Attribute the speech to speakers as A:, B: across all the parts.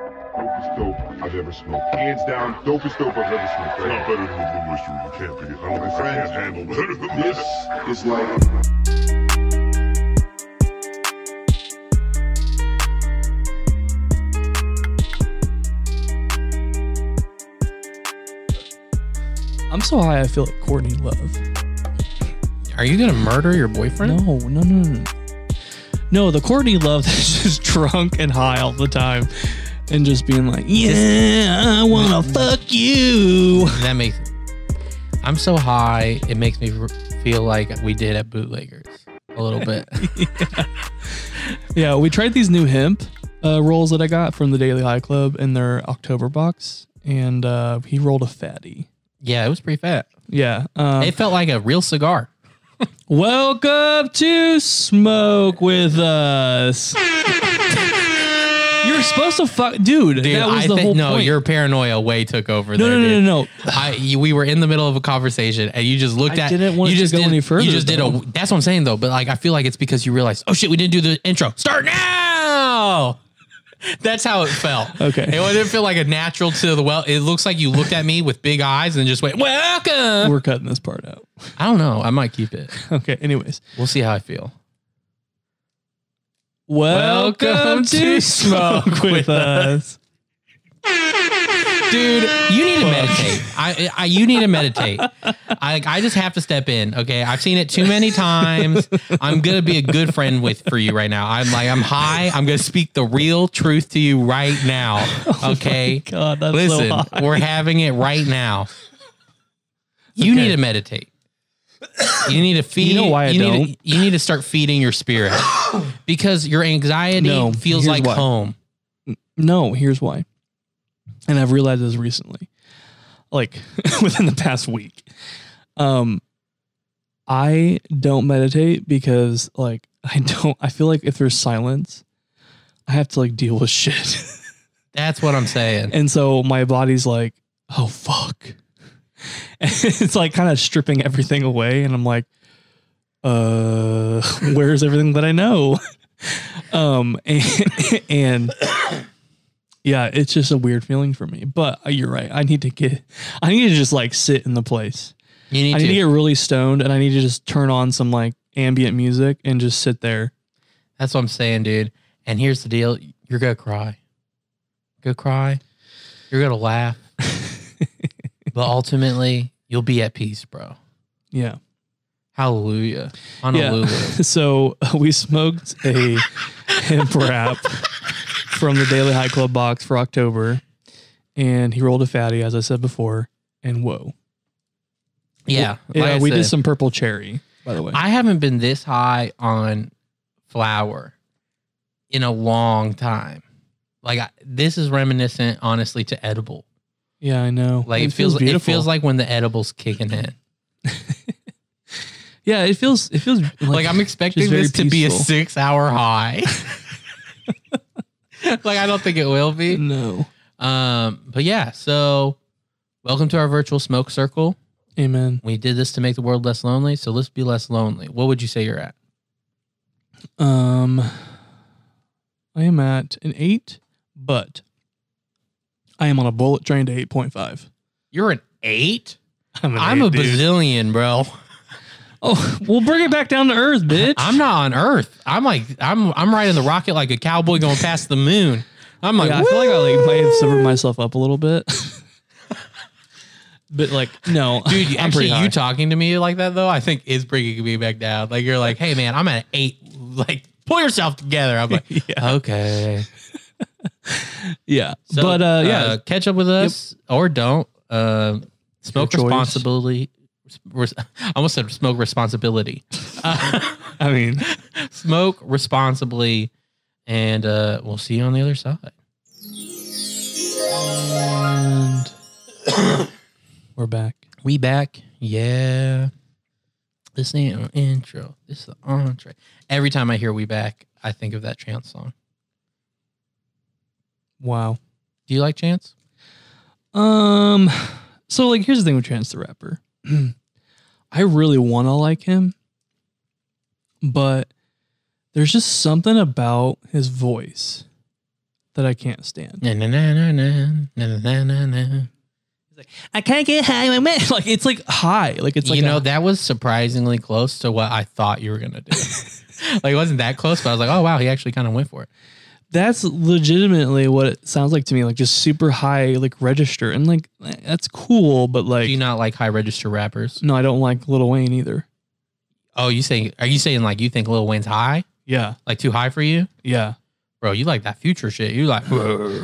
A: dopest dope I've ever smoked. Hands down, dopest dope I've ever smoked. It's not better than Blue Oyster. You can't be. I don't think I can handle better than this. This is like.
B: I'm so high I feel like Courtney Love.
C: Are you gonna murder your boyfriend?
B: No, no, no, no. no. No, the Courtney Love that's just drunk and high all the time and just being like, yeah, I want to fuck you.
C: That makes. I'm so high, it makes me r- feel like we did at bootleggers a little bit.
B: Yeah, we tried these new hemp uh, rolls that I got from the Daily High Club in their October box, and uh, he rolled a fatty.
C: yeah, it was pretty fat.
B: Yeah. Um,
C: It felt like a real cigar.
B: Welcome to Smoke with Us. You're supposed to fuck, dude. that was
C: I
B: the
C: think
B: whole
C: no,
B: point.
C: your paranoia way took over.
B: no,
C: there,
B: no, no, no,
C: dude.
B: no.
C: I you, we were in the middle of a conversation and you just looked
B: I
C: at.
B: didn't want
C: you
B: it to
C: just
B: go
C: did-
B: any further,
C: You just
B: though.
C: did a. That's what I'm saying though. But like, I feel like it's because you realized, oh shit, we didn't do the intro. Start now. That's how it felt.
B: Okay.
C: it didn't feel like a natural to the well. It looks like you looked at me with big eyes and just went, "Welcome."
B: We're cutting this part out.
C: I don't know. I might keep it.
B: Okay. Anyways,
C: We'll see how I feel.
B: welcome, to Smoke with Us.
C: dude you need to meditate I, I you need to meditate I, I just have to step in okay i've seen it too many times i'm gonna be a good friend with for you right now i'm like i'm high i'm gonna speak the real truth to you right now okay
B: Oh God, that's
C: listen
B: so hot.
C: we're having it right now you
B: Okay.
C: need to meditate you need to feed
B: know why I
C: need to- you need to start feeding your spirit because your anxiety
B: No,
C: feels
B: here's
C: like
B: why.
C: home
B: No, here's why. And I've realized this recently, like within the past week. Um, I don't meditate because, like, I don't. I feel like if there's silence, I have to like deal with shit,
C: that's what i'm saying
B: and so my body's like, "Oh fuck," and it's like kind of stripping everything away, and I'm like, "Uh, where's everything that I know?" um, and, and yeah, it's just a weird feeling for me. But uh, you're right. I need to get. I need to just like sit in the place.
C: you need
B: I
C: to
B: need to get really stoned, and I need to just turn on some like ambient music and just sit there.
C: That's what I'm saying, dude. And here's the deal: you're gonna cry, go cry, you're gonna laugh, but ultimately you'll be at peace, bro.
B: Yeah.
C: Hallelujah, hallelujah.
B: So uh, we smoked a hemp wrap from the Daily High Club box for October, and he rolled a fatty, as I said before. And whoa,
C: Yeah,
B: yeah,
C: like I
B: we did
C: said,
B: some purple cherry, by the way.
C: I haven't been this high on flour in a long time. Like I, this is reminiscent, honestly, to edible.
B: yeah, I know.
C: Like it, feels, it feels like when the edibles kicking in.
B: yeah, it feels it feels like,
C: Like I'm expecting
B: just very
C: this to be a
B: peaceful.
C: six hour high. like I don't think it will be.
B: no,
C: Um, but yeah, so welcome to our virtual smoke circle.
B: amen.
C: We did this to make the world less lonely, so let's be less lonely. What would you say you're at?
B: Um, I am at an eight, but I am on a bullet train to eight point five.
C: You're an eight?
B: I'm, an
C: I'm
B: eight,
C: a
B: dude.
C: bazillion, bro.
B: Oh, we'll bring it back down to earth, bitch.
C: I'm not on Earth. I'm like I'm I'm riding the rocket like a cowboy going past the moon. I'm like,
B: Yeah, I feel like I
C: "Woo!"
B: like might have sobered myself up a little bit. but like no,
C: Dude, you-
B: I'm pretty
C: actually,
B: high.
C: you talking to me like that though, I think is bringing me back down. Like you're like, hey man, I'm at an eight. Like pull yourself together. I'm like, okay.
B: yeah.
C: So,
B: but uh, yeah,
C: catch up with us or don't. Um smoke
B: choice.
C: responsibility. res- I almost said smoke responsibility. Uh,
B: I mean,
C: smoke responsibly, and uh, we'll see you on the other side.
B: and we're back.
C: We back. Yeah. This ain't an intro. This is the entree. Every time I hear We Back, I think of that Chance song.
B: Wow.
C: Do you like Chance?
B: Um. So like, here's the thing with Chance the Rapper. I really want to like him, but there's just something about his voice that I can't stand.
C: Na, na, na, na, na, na, na, na, na.
B: I can't get high. My man. Like it's like high. Like it's like
C: you know,
B: a-
C: that was surprisingly close to what I thought you were gonna do. like it wasn't that close, but I was like, oh wow, he actually kind of went for it.
B: that's legitimately what it sounds like to me. Like just super high, like register, and like that's cool. But like,
C: Do you not like high register rappers?
B: no, I don't like Lil Wayne either.
C: Oh, you saying? Are you saying like you think Lil Wayne's high,
B: Yeah,
C: like too high for you,
B: yeah.
C: bro? You like that future shit? You like? I,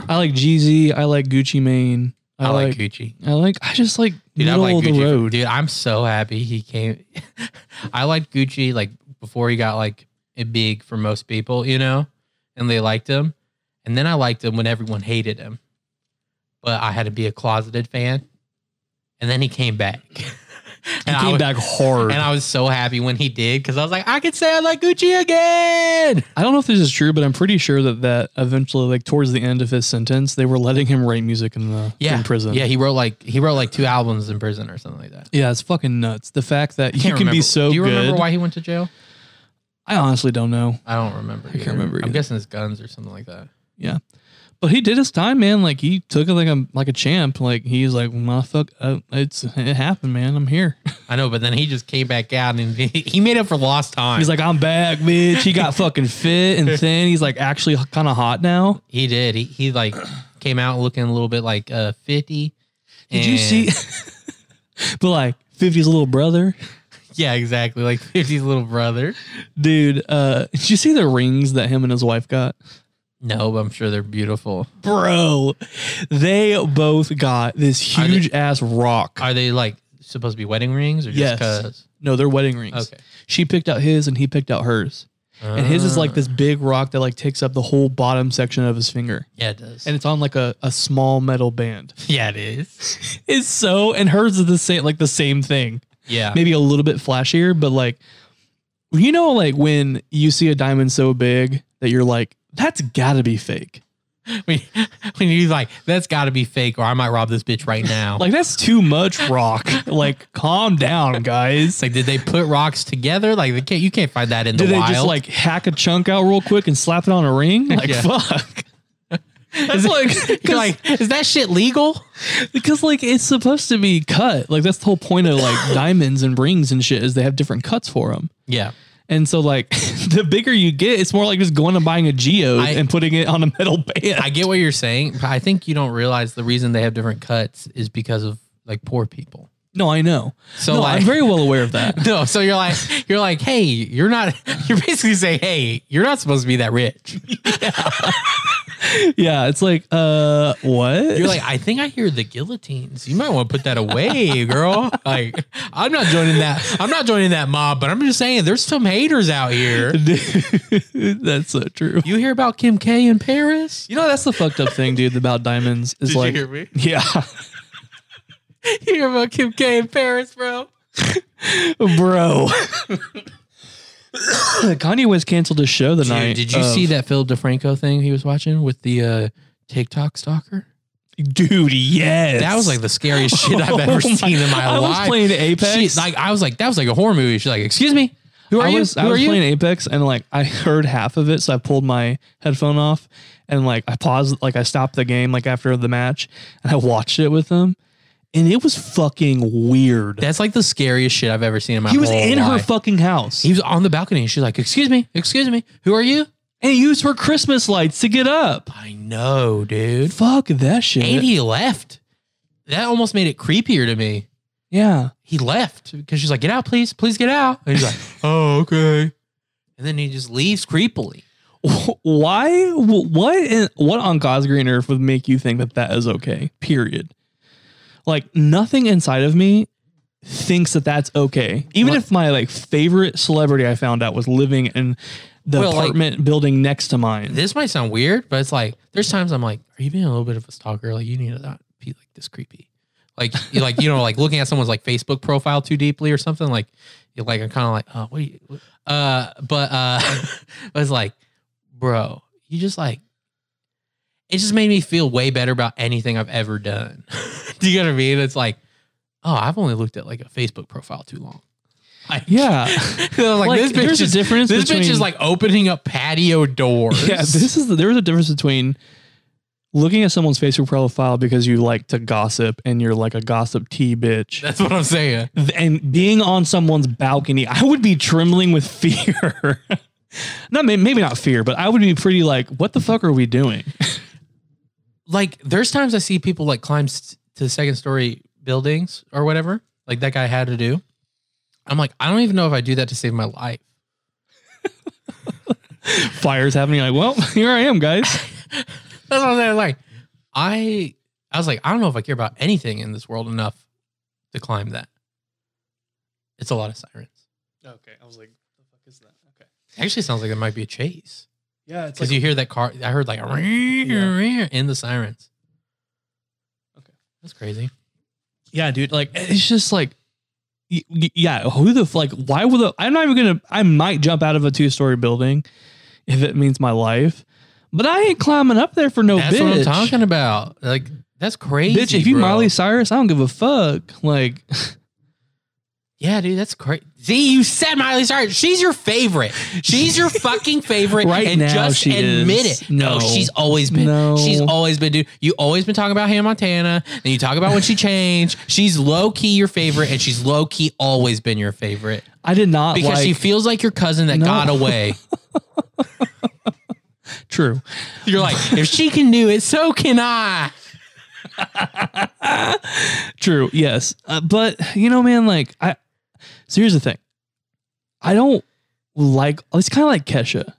B: I like Jeezy. I like Gucci Mane. I, like,
C: like Gucci.
B: I like. I just like
C: Dude, I
B: middle
C: like
B: of
C: Gucci.
B: the road.
C: Dude, I'm so happy he came. I liked Gucci like before he got like big for most people, you know, and they liked him. And then I liked him when everyone hated him. But I had to be a closeted fan. And then he came back.
B: He
C: And I
B: came
C: was-
B: back hard.
C: And I was so happy when he did because I was like, I could say I like Gucci again.
B: I don't know if this is true, but I'm pretty sure that that eventually, like towards the end of his sentence, they were letting him write music in the
C: Yeah.
B: in prison.
C: Yeah, he wrote like he wrote like two albums in prison or something like that.
B: yeah, it's fucking nuts. The fact that
C: I
B: you
C: can't
B: can be
C: remember-
B: so
C: Do you
B: good.
C: remember why he went to jail?
B: I honestly don't know,
C: I don't remember. I
B: can't remember
C: I'm
B: either.
C: guessing it's guns or something like that.
B: but he did his time, man. Like he took it like a like a champ. Like he's like, motherfuck, uh, it's it happened, man. I'm here.
C: I know, but then he just came back out and he made up for lost time.
B: He's like, I'm back, bitch. He got fucking fit and thin. He's like actually kind of hot now.
C: he did. He he like came out looking a little bit like uh fifty.
B: Did you
C: and-
B: see? but like 50's little brother,
C: Yeah, exactly. Like 50's little brother.
B: dude. Uh, did you see the rings that him and his wife got?
C: No, but I'm sure they're beautiful.
B: bro they both got this
C: Are they-
B: huge ass rock
C: Are they like supposed to be wedding rings or just
B: Yes.
C: cause?
B: no they're wedding rings
C: Okay.
B: she picked out his and he picked out hers and his is like
C: Ah.
B: this big rock that like takes up the whole bottom section of his finger
C: Yeah, it does.
B: and it's on like a, a small metal band
C: yeah, it is.
B: it's so and hers is the same like the same thing
C: Yeah.
B: maybe a little bit flashier but like you know like when you see a diamond so big that you're like that's gotta be fake
C: When, when you're like, that's got to be fake, or I might rob this bitch right now.
B: like that's too much rock like calm down guys
C: it's like, did they put rocks together? Like, they can't. You can't find that in
B: Did
C: the
B: they
C: wild.
B: just like hack a chunk out real quick and slap it on a ring? Like
C: Yeah.
B: fuck. That's
C: it-
B: like
C: You're
B: because like,
C: like, is that shit legal?
B: like it's supposed to be cut. Like that's the whole point of like diamonds and rings and shit is they have different cuts for them.
C: Yeah.
B: And so like the bigger you get, it's more like just going and buying a geode
C: I-
B: and putting it on a metal band.
C: I get what you're saying, but I think you don't realize the reason they have different cuts is because of like poor people.
B: no, I know.
C: So
B: no,
C: like,
B: I'm very well aware of that.
C: no, so you're like, you're like, hey, you're not, you're basically saying, hey, you're not supposed to be that rich.
B: yeah, it's like uh what?
C: You're like, I think I hear the guillotines. You might want to put that away, girl. Like, I'm not joining that. I'm not joining that mob, but I'm just saying, there's some haters out here.
B: Dude, that's so true.
C: You hear about Kim K in Paris?
B: You know that's the fucked up thing, dude, about diamonds is
C: Did
B: like
C: you hear me?
B: yeah.
C: You hear about Kim K in Paris, bro?
B: bro. Kanye West canceled his show the night.
C: Dude, did you see that Phil DeFranco thing he was watching with the uh, TikTok stalker?
B: that, dude? Yes,
C: That was like the scariest shit I've ever
B: Oh my-
C: seen in my
B: I
C: life.
B: was playing Apex.
C: She- like I was like, that was like a horror movie. She's like, excuse me, who are
B: I
C: you?
B: was,
C: who
B: I
C: are
B: was
C: you?
B: playing Apex and like I heard half of it, so I pulled my headphone off and like I paused, like I stopped the game like after the match, and I watched it with them, and it was fucking weird.
C: That's like the scariest shit I've ever seen in Oh my.
B: he was
C: whole
B: in her
C: life.
B: fucking house.
C: He was on the balcony. and She's like, excuse me, excuse me, who are you?
B: and he used her Christmas lights to get up.
C: I know, dude.
B: Fuck that shit.
C: And he left. That almost made it creepier to me.
B: yeah.
C: He left because she's like, get out, please, please get out. And he's like, oh okay. And then he just leaves creepily.
B: why what in, what on god's green earth would make you think that that is okay period like nothing inside of me thinks that that's okay even
C: What-
B: if my like favorite celebrity i found out was living in the
C: Well, like-
B: apartment building next to mine
C: this might sound weird, but it's like there's times I'm like, are you being a little bit of a stalker? Like you need to not be like this creepy. Like you like you know like looking at someone's like Facebook profile too deeply or something. Like you're like I'm kind of like oh what? Are you, what- Uh, but uh, but it's like, bro, you just like. It just made me feel way better about anything I've ever done. Do you know what I mean? It's like, oh, I've only looked at like a Facebook profile too long. Like,
B: yeah
C: So, like,
B: like,
C: this bitch
B: there's a
C: is
B: difference
C: this
B: between,
C: bitch is like opening up patio doors.
B: yeah this is the, there was a difference between looking at someone's Facebook profile because you like to gossip and you're like a gossip tea bitch
C: That's what I'm saying.
B: and being on someone's balcony, I would be trembling with fear. Not may- maybe not fear, but I would be pretty like, what the fuck are we doing?
C: Like, there's times I see people like climb s- to second story buildings or whatever, like that guy had to do. I'm like, I don't even know if I do that to save my life.
B: Fires happening. Like, well, here I am, guys.
C: That's what I'm saying. Like, I, I was like, I don't know if I care about anything in this world enough to climb that. It's a lot of sirens.
B: Okay, I was like, the fuck is that? Okay,
C: Actually, sounds like there might be a chase
B: yeah, it's
C: because you hear that car. I heard like a in the sirens.
B: Okay.
C: that's crazy.
B: yeah, dude. Like, it's just like, y- y- yeah, who the f- like? Why would the, I'm not even gonna? I might jump out of a two story building if it means my life, but I ain't climbing up there for no
C: that's
B: bitch.
C: what I'm talking about. Like, that's crazy.
B: bitch, if you
C: bro.
B: Miley Cyrus, I don't give a fuck. Like,
C: yeah, dude, that's crazy. See, you said Miley Cyrus. She's your favorite. She's your fucking favorite.
B: Right
C: and
B: now,
C: just
B: she
C: admit
B: is.
C: it. No,
B: No.
C: she's always been.
B: No.
C: She's always been. Dude, you always been talking about Hannah Montana, and you talk about when she changed. She's low key your favorite, and she's low key always been your favorite
B: I did not
C: because
B: like,
C: she feels like your cousin that
B: No.
C: got away.
B: True.
C: You're like, if she can do it, so can I.
B: True. Yes. Uh, but you know, man, like I so here's the thing. I don't like it's kind of like Kesha.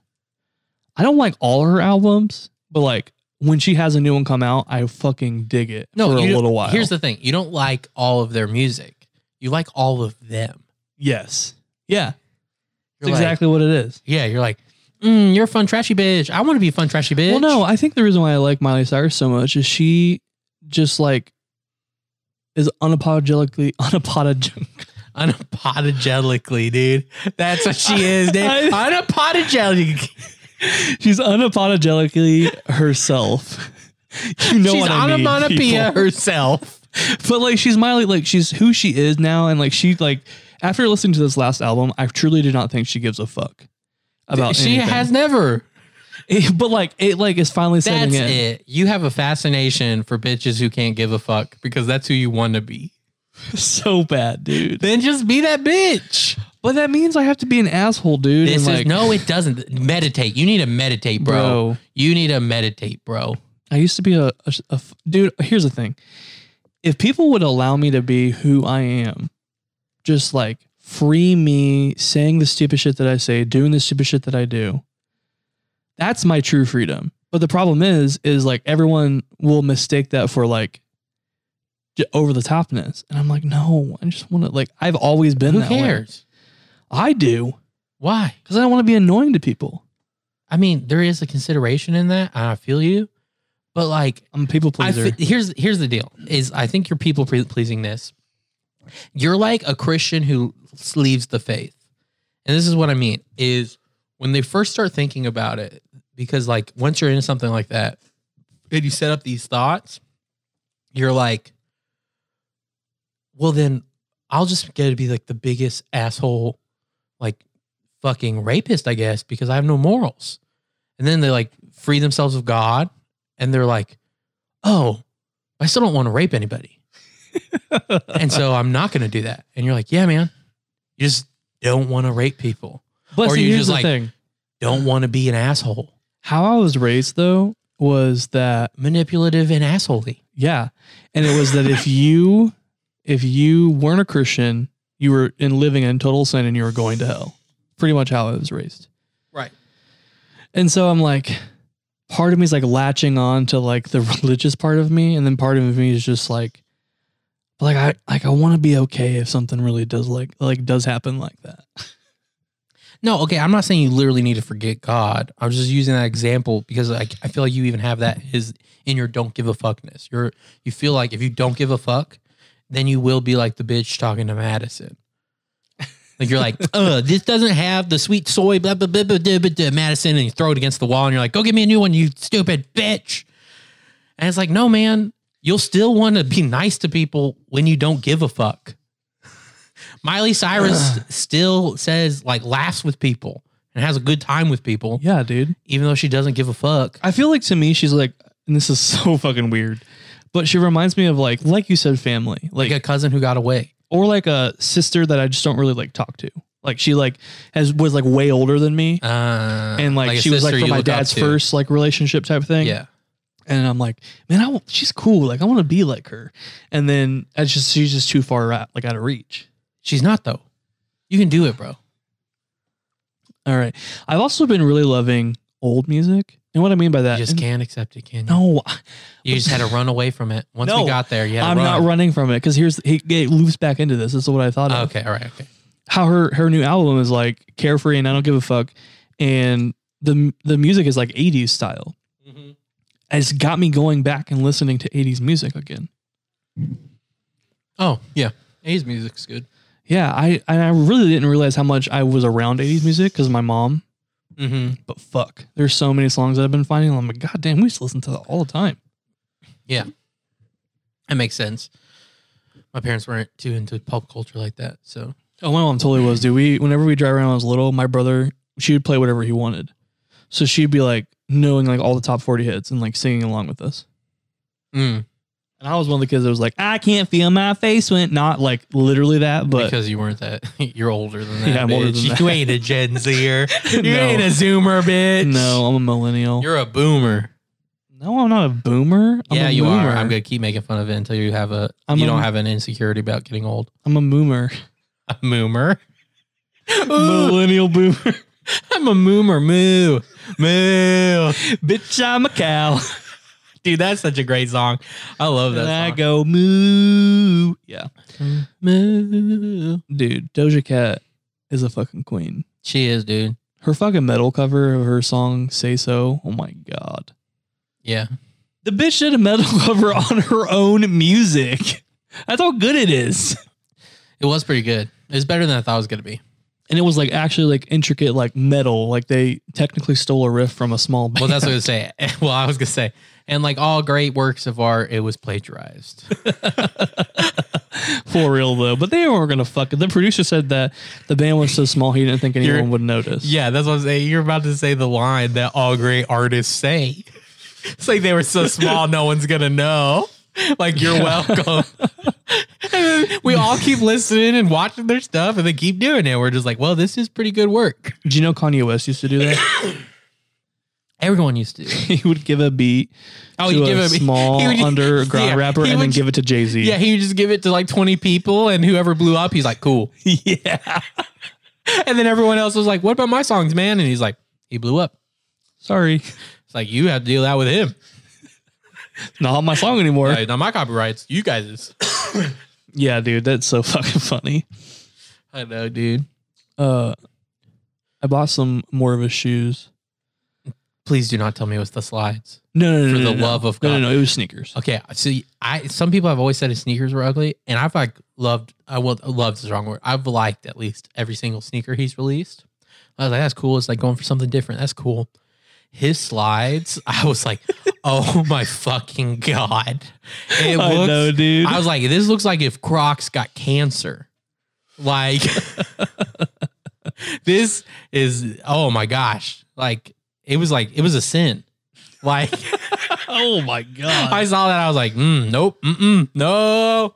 B: I don't like all her albums, but like when she has a new one come out, I fucking dig it for a
C: you don't-
B: little while.
C: Here's the thing: you don't like all of their music. You like all of them.
B: yes. Yeah. That's
C: You're like-
B: exactly what it is.
C: yeah, you're like, mm, you're a fun trashy bitch. I want to be a fun trashy bitch.
B: Well, no, I think the reason why I like Miley Cyrus so much is she just like is unapologetically unapologetic.
C: unapologetically, dude. That's what she is, dude.
B: I-
C: Unapologetic.
B: She's unapologetically herself. You know
C: She's
B: what I mean?
C: onomatopoeia
B: people.
C: herself.
B: but like she's Miley, like she's who she is now, and like she like after listening to this last album, I truly do not think she gives a fuck about.
C: she
B: anything.
C: has never.
B: but like it like is finally setting
C: That's
B: in.
C: it. You have a fascination for bitches who can't give a fuck because that's who you want to be.
B: so bad, dude.
C: Then just be that bitch.
B: But that means I have to be an asshole, dude.
C: This
B: and,
C: is
B: like,
C: no, it doesn't. Meditate. You need to meditate, bro.
B: bro.
C: You need to meditate, bro.
B: I used to be a, a- a f- dude. Here's the thing: if people would allow me to be who I am, just like free me, saying the stupid shit that I say, doing the stupid shit that I do, that's my true freedom. But the problem is, is like everyone will mistake that for like over the topness, and I'm like, no, I just want to like I've always been
C: Who
B: that way.
C: cares?
B: I do
C: Why?
B: because I don't want to be annoying to people.
C: I mean, there is a consideration in that. and I feel you, but like,
B: I'm a people
C: I
B: pleaser.
C: fe- here's here's the deal: is I think you're people pre- pleasing this. You're like a Christian who leaves the faith, and this is what I mean: is when they first start thinking about it, because like once you're into something like that, and you set up these thoughts, you're like, well, then I'll just get to be like the biggest asshole, like fucking rapist, I guess, because I have no morals. And then they like free themselves of God, and they're like, oh, I still don't want to rape anybody. and so I'm not going to do that. And you're like, yeah, man, you just don't want to rape people,
B: but
C: or
B: see,
C: you
B: here's
C: just,
B: the
C: like,
B: thing:
C: don't want to be an asshole,
B: how I was raised though was that
C: manipulative and assholey.
B: Yeah. And it was that if you if you weren't a Christian, you were in living in total sin and you were going to hell. Pretty much how I was raised.
C: Right.
B: And so I'm like part of me is like latching on to like the religious part of me and then part of me is just like like I like I want to be okay if something really does like like does happen like that.
C: No, okay. I'm not saying you literally need to forget God. I was just using that example because I, I feel like you even have that is in your don't give a fuckness. You're you feel like if you don't give a fuck, then you will be like the bitch talking to Madison. Like you're like, uh, this doesn't have the sweet soy, blah blah blah blah blah, blah, blah Madison, and you throw it against the wall, and you're like, go get me a new one, you stupid bitch. And it's like, no, man, you'll still want to be nice to people when you don't give a fuck. Miley Cyrus still says like laughs with people and has a good time with people,
B: Yeah, dude.
C: even though she doesn't give a fuck.
B: I feel like to me she's like and this is so fucking weird, but she reminds me of like, like you said, family, like,
C: Like a cousin who got away.
B: or like a sister that I just don't really like talk to. Like she like has was like way older than me,
C: Uh,
B: and like,
C: a
B: she was like
C: sister
B: from
C: you
B: my
C: look up
B: dad's
C: to.
B: first like relationship type thing.
C: Yeah.
B: and I'm like, man, I w- she's cool. Like I want to be like her, and then I just she's just too far out, like out of reach.
C: She's not, though. You can do it, bro.
B: All right, I've also been really loving old music, and what I mean by that,
C: You just
B: and-
C: can't accept it, can you?
B: Uh, No,
C: You just had to run away from it. Once
B: No,
C: we got there, you had to
B: I'm
C: run.
B: not running from it because here's he, it loops back into this. This is what I thought. Of.
C: okay, all right, okay.
B: how her her new album is like carefree and I don't give a fuck, and the the music is like '80s style. It's got me going back and listening to '80s music again.
C: Oh, yeah. His music's good.
B: Yeah, I and I really didn't realize how much I was around '80s music because my mom.
C: Mm-hmm.
B: But fuck, there's so many songs that I've been finding. I'm like, God damn, we used to listen to that all the time.
C: Yeah. That makes sense. My parents weren't too into pop culture like that. So,
B: Oh, my mom totally was, dude. We whenever we drive around when I was little, my brother she would play whatever he wanted. So she'd be like knowing like all the top forty hits and like singing along with us.
C: mm,
B: And I was one of the kids that was like, I can't feel my face went not like literally that, but
C: because you weren't that, you're older than that.
B: Yeah, I'm older
C: bitch.
B: than that.
C: You ain't a Gen Zer. you
B: No.
C: ain't a Zoomer, bitch.
B: no, I'm a millennial.
C: You're a boomer.
B: no, I'm not a boomer. I'm
C: yeah,
B: a
C: you
B: moomer.
C: are. I'm gonna keep making fun of it until you have a.
B: I'm
C: you
B: a-
C: don't have an insecurity about getting old.
B: I'm a moomer.
C: A moomer. Ooh,
B: millennial boomer.
C: I'm a moomer. Moo, moo.
B: Bitch, I'm a cow.
C: Dude, that's such a great song. I love
B: and
C: that.
B: I
C: song.
B: go moo. Yeah.
C: moo.
B: Dude, Doja Cat is a fucking queen.
C: She is, dude.
B: Her fucking metal cover of her song Say So. Oh my god.
C: Yeah.
B: The bitch did a metal cover on her own music. That's how good it is.
C: It was pretty good. It was better than I thought it was gonna be.
B: and it was like actually like intricate like metal like they technically stole a riff from a small band
C: Well, that's what I was gonna say. Well, I was gonna say, and like all great works of art, it was plagiarized.
B: for real though but they weren't gonna fuck it the producer said that the band was so small he didn't think anyone
C: You're-
B: would notice
C: yeah, that's what I'm saying. You're about to say the line that all great artists say. It's like they were so small, no one's gonna know. Like you're welcome. And then we all keep listening and watching their stuff, and they keep doing it. We're just like, well, this is pretty good work.
B: do you know kanye west used to do that
C: Everyone used to. do it.
B: he would give a beat
C: Oh,
B: to
C: he'd
B: a
C: give a beat.
B: small
C: He would just-
B: underground
C: yeah,
B: rapper
C: he
B: and then
C: would-
B: give it to jay-z
C: Yeah, he would just give it to like 20 people, and whoever blew up, he's like, cool.
B: yeah
C: And then everyone else was like, what about my songs, man? And he's like, he blew up.
B: sorry
C: It's like you have to deal that with him.
B: not my song anymore
C: Like, not my copyrights, you guys.
B: yeah dude that's so fucking funny
C: I know, dude.
B: uh i bought some more of his shoes
C: Please do not tell me it was the slides.
B: no no no
C: For
B: no,
C: the
B: no,
C: love
B: no.
C: of
B: no
C: God.
B: no no it was sneakers
C: Okay, so I some people have always said his sneakers were ugly, and I've like loved. I will loved is the wrong word. I've liked at least every single sneaker he's released. I was like, that's cool. It's like going for something different. That's cool. His slides, I was like, oh my fucking god! It
B: I
C: looks-
B: know, dude.
C: I was like, this looks like if Crocs got cancer. Like this is oh my gosh. Like it was like it was a sin. Like
B: oh my god
C: I saw that I was like, mm, nope, mm-mm, no.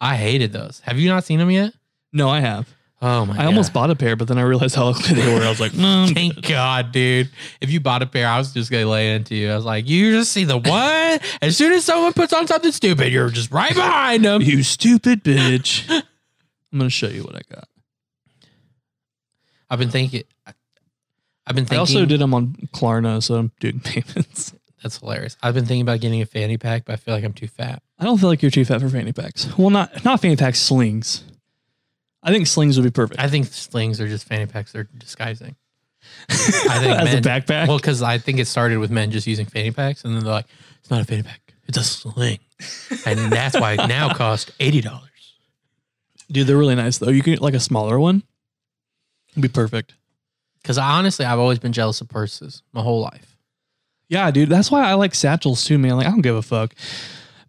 C: I hated those. Have you not seen them yet?
B: no i have
C: Oh my!
B: I almost bought a pair, but then I realized how ugly they were. I was like, "Mm, no,
C: Thank God, dude. If you bought a pair, I was just gonna lay into you. I was like, you just see the what? As soon as someone puts on something stupid, you're just right behind them.
B: you stupid bitch. I'm going to show you what I got.
C: I've been thinking. I've been thinking.
B: I also did them on Klarna, so I'm doing payments.
C: That's hilarious. I've been thinking about getting a fanny pack, but I feel like I'm too fat.
B: I don't feel like you're too fat for fanny packs. Well, not not fanny packs, slings. I think slings would be perfect.
C: I think slings are just fanny packs. They're disguising. I think
B: As a
C: men-
B: backpack?
C: Well, because I think it started with men just using fanny packs, and then they're like, "It's not a fanny pack. It's a sling," and that's why it now costs eighty dollars.
B: Dude, they're really nice though. You can get like a smaller one. It'd be perfect.
C: Because honestly, I've always been jealous of purses my whole life.
B: Yeah, dude. That's why I like satchels too, man. Like, I don't give a fuck.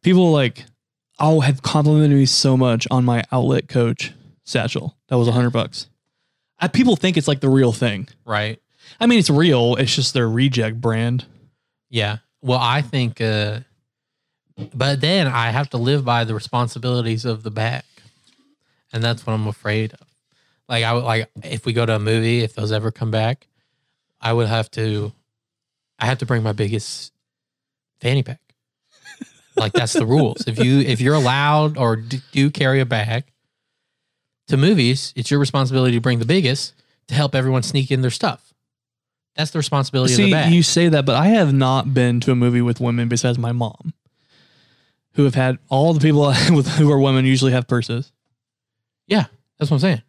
B: People like, oh, have complimented me so much on my outlet coach satchel. That was a hundred bucks. I, people think it's like the real thing.
C: Right?
B: I mean, it's real. It's just their reject brand.
C: Yeah. Well, I think, uh, but then I have to live by the responsibilities of the back, and that's what I'm afraid of. Like I would like if we go to a movie, if those ever come back, I would have to, I have to bring my biggest fanny pack. like that's the rules. If you if you're allowed or d- do carry a bag to movies, it's your responsibility to bring the biggest to help everyone sneak in their stuff. That's the responsibility of
B: See,
C: the bag.
B: you say that, but I have not been to a movie with women besides my mom, who have had all the people with who are women usually have purses.
C: That's what I'm saying.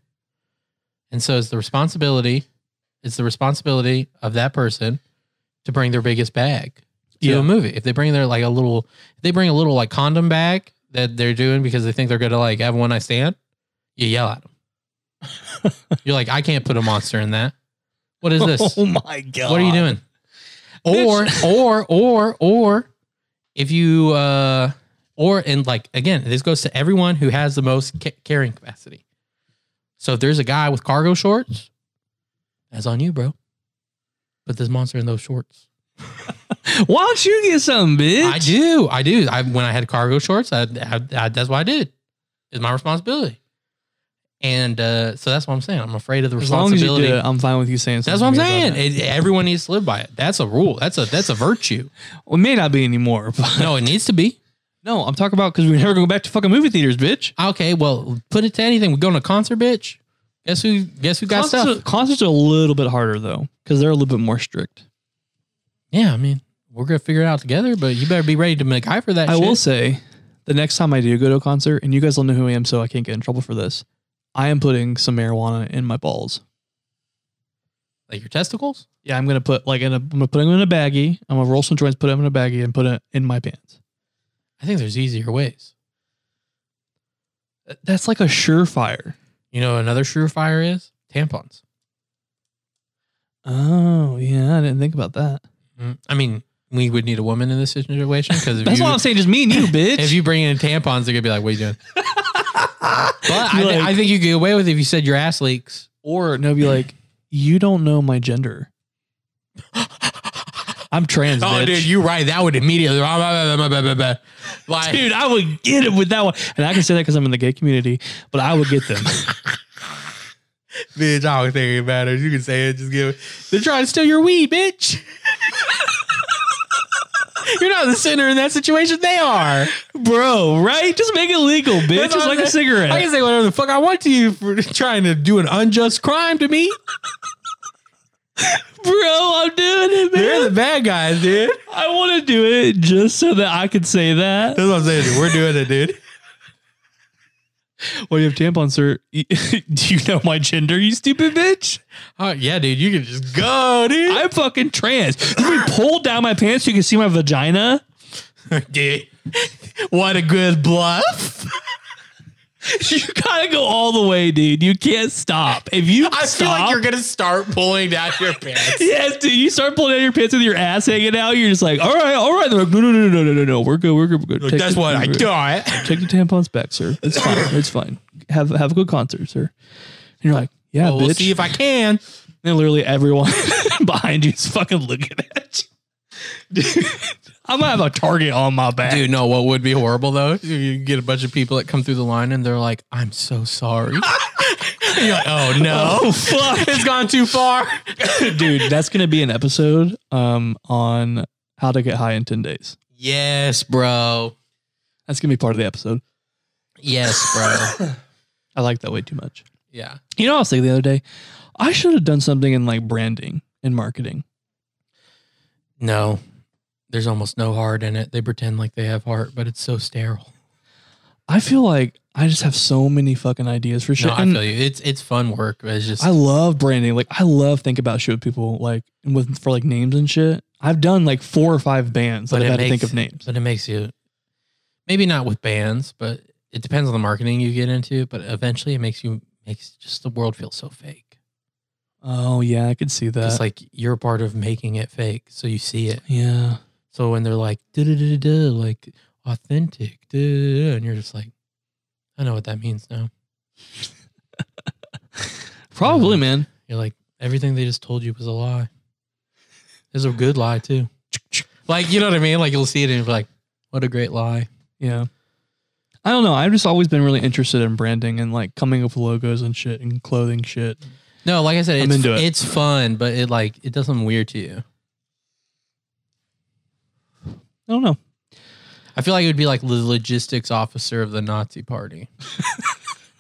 C: And so it's the responsibility, it's the responsibility of that person to bring their biggest bag to
B: Yeah.
C: a movie. If they bring their like a little, if they bring a little like condom bag that they're doing because they think they're going to like have one night stand, you yell at them. You're like, I can't put a monster in that. What is this?
B: Oh my god!
C: What are you doing? Or
B: Bitch.
C: or or or if you uh or and like again, this goes to everyone who has the most ca- carrying capacity. So if there's a guy with cargo shorts, that's on you, bro. Put this monster in those shorts.
B: Why don't you get something, bitch?
C: I do, I do. I when I had cargo shorts, I, I, I that's what I did. It's my responsibility. And uh, so that's what I'm saying. I'm afraid of the
B: As long as
C: responsibility.
B: you do it, I'm fine with you saying.
C: That's
B: something
C: what I'm
B: to me about
C: saying. It, everyone needs to live by it. That's a rule. That's a that's a virtue.
B: that. Well, it may not be anymore. But
C: No, it needs to be.
B: no, I'm talking about because we never go back to fucking movie theaters, bitch.
C: Okay, well, put it to anything. We're going to a concert, bitch. Guess who? Guess who got
B: Concerts,
C: stuff?
B: are- concerts are a little bit harder though because they're a little bit more strict.
C: Yeah, I mean, we're gonna figure it out together. But you better be ready to make high for that.
B: I
C: shit.
B: will say, the next time I do go to a concert, and you guys will know who I am, so I can't get in trouble for this. I am putting some marijuana in my balls.
C: like your testicles.
B: Yeah, I'm gonna put like in a, I'm gonna put them in a baggie. I'm gonna roll some joints, put them in a baggie, and put it in my pants.
C: I think there's easier ways.
B: That's like a surefire.
C: You know, another surefire is tampons.
B: Oh yeah, I didn't think about that.
C: Mm, I mean, we would need a woman in this situation because
B: That's why I'm saying just me and you, bitch.
C: if you bring in tampons, they're gonna be like, "What are you doing?" but I, thi-
B: Like-
C: I think you could get away with it if you said your ass leaks.
B: or no, be like, you don't know my gender. I'm trans,
C: Oh,
B: bitch.
C: dude, you're right. That would immediately. blah, blah, blah, blah, blah, blah, blah. Like,
B: Dude, I would get it with that one. And I can say that because I'm in the gay community, but I would get them.
C: bitch, I don't think it matters. You can say it. Just give it. They're trying to steal your weed, bitch. you're not the sinner in that situation. They are.
B: Bro, right? Just make it legal, bitch.
C: That's
B: It's
C: what
B: like
C: I'm
B: a
C: saying.
B: cigarette.
C: I can say whatever the fuck I want to you for trying to do an unjust crime to me.
B: Bro, Oh, I'm doing it,
C: They're
B: man.
C: the bad guys, dude.
B: I want to do it just so that I can say that.
C: That's what I'm saying. Dude. We're doing it, dude.
B: Well, you have tampons, sir. do you know my gender, you stupid bitch?
C: Oh yeah, dude. You can just go, dude.
B: I'm fucking trans. You mean pull down my pants so you can see my vagina?
C: dude. What a good bluff.
B: You gotta go all the way, dude. You can't stop. If you
C: I feel
B: stop,
C: like you're gonna start pulling down your pants.
B: Yes, dude. You start pulling down your pants with your ass hanging out. You're just like, all right, all right. They're like, no, no, no, no, no, no, no. We're good. We're good. We're good.
C: Look,
B: Take
C: that's
B: the-
C: what I got.
B: Take the tampons back, sir. It's fine. It's fine. Have have a good concert, sir. And you're like, yeah,
C: Well, we'll
B: bitch.
C: see if I can.
B: and literally everyone behind you is fucking looking at you. Dude, I'm gonna have a target on my back.
C: Dude, no, what would be horrible though? is You get a bunch of people that come through the line and they're like, I'm so sorry. And you're like, oh no.
B: Oh fuck.
C: It's gone too far.
B: Dude, that's gonna be an episode um on how to get high in ten days.
C: Yes, bro.
B: That's gonna be part of the episode.
C: Yes, bro.
B: I like that way too much.
C: yeah.
B: You know, what I was thinking the other day, I should have done something in like branding and marketing.
C: No. There's almost no heart in it. They pretend like they have heart, but it's so sterile.
B: I feel like I just have so many fucking ideas for shit.
C: No, I
B: and
C: feel you. It's it's fun work, but it's just
B: I love branding. Like I love think about shit with people like and with for like names and shit. I've done like four or five bands
C: But
B: that
C: it
B: I've had to think
C: makes-
B: of names.
C: but it makes you maybe not with bands, but it depends on the marketing you get into, but eventually it makes you makes just the world feel so fake.
B: Oh yeah, I could see that.
C: It's like you're a part of making it fake, so you see it.
B: yeah.
C: So when they're like duh, duh, duh, duh, duh, like authentic, duh, duh, duh, and you're just like, I know what that means now.
B: Probably,
C: Um,
B: man.
C: You're like everything they just told you was a lie. It's a good lie too. Like, you know what I mean? Like, you'll see it and you'll be like, what a great lie.
B: Yeah. I don't know. I've just always been really interested in branding and like coming up with logos and shit and clothing shit.
C: No, like I said,
B: I'm
C: it's,
B: into it.
C: it's fun, but it like, it does something weird to you.
B: I don't know.
C: I feel like it would be like the logistics officer of the Nazi party.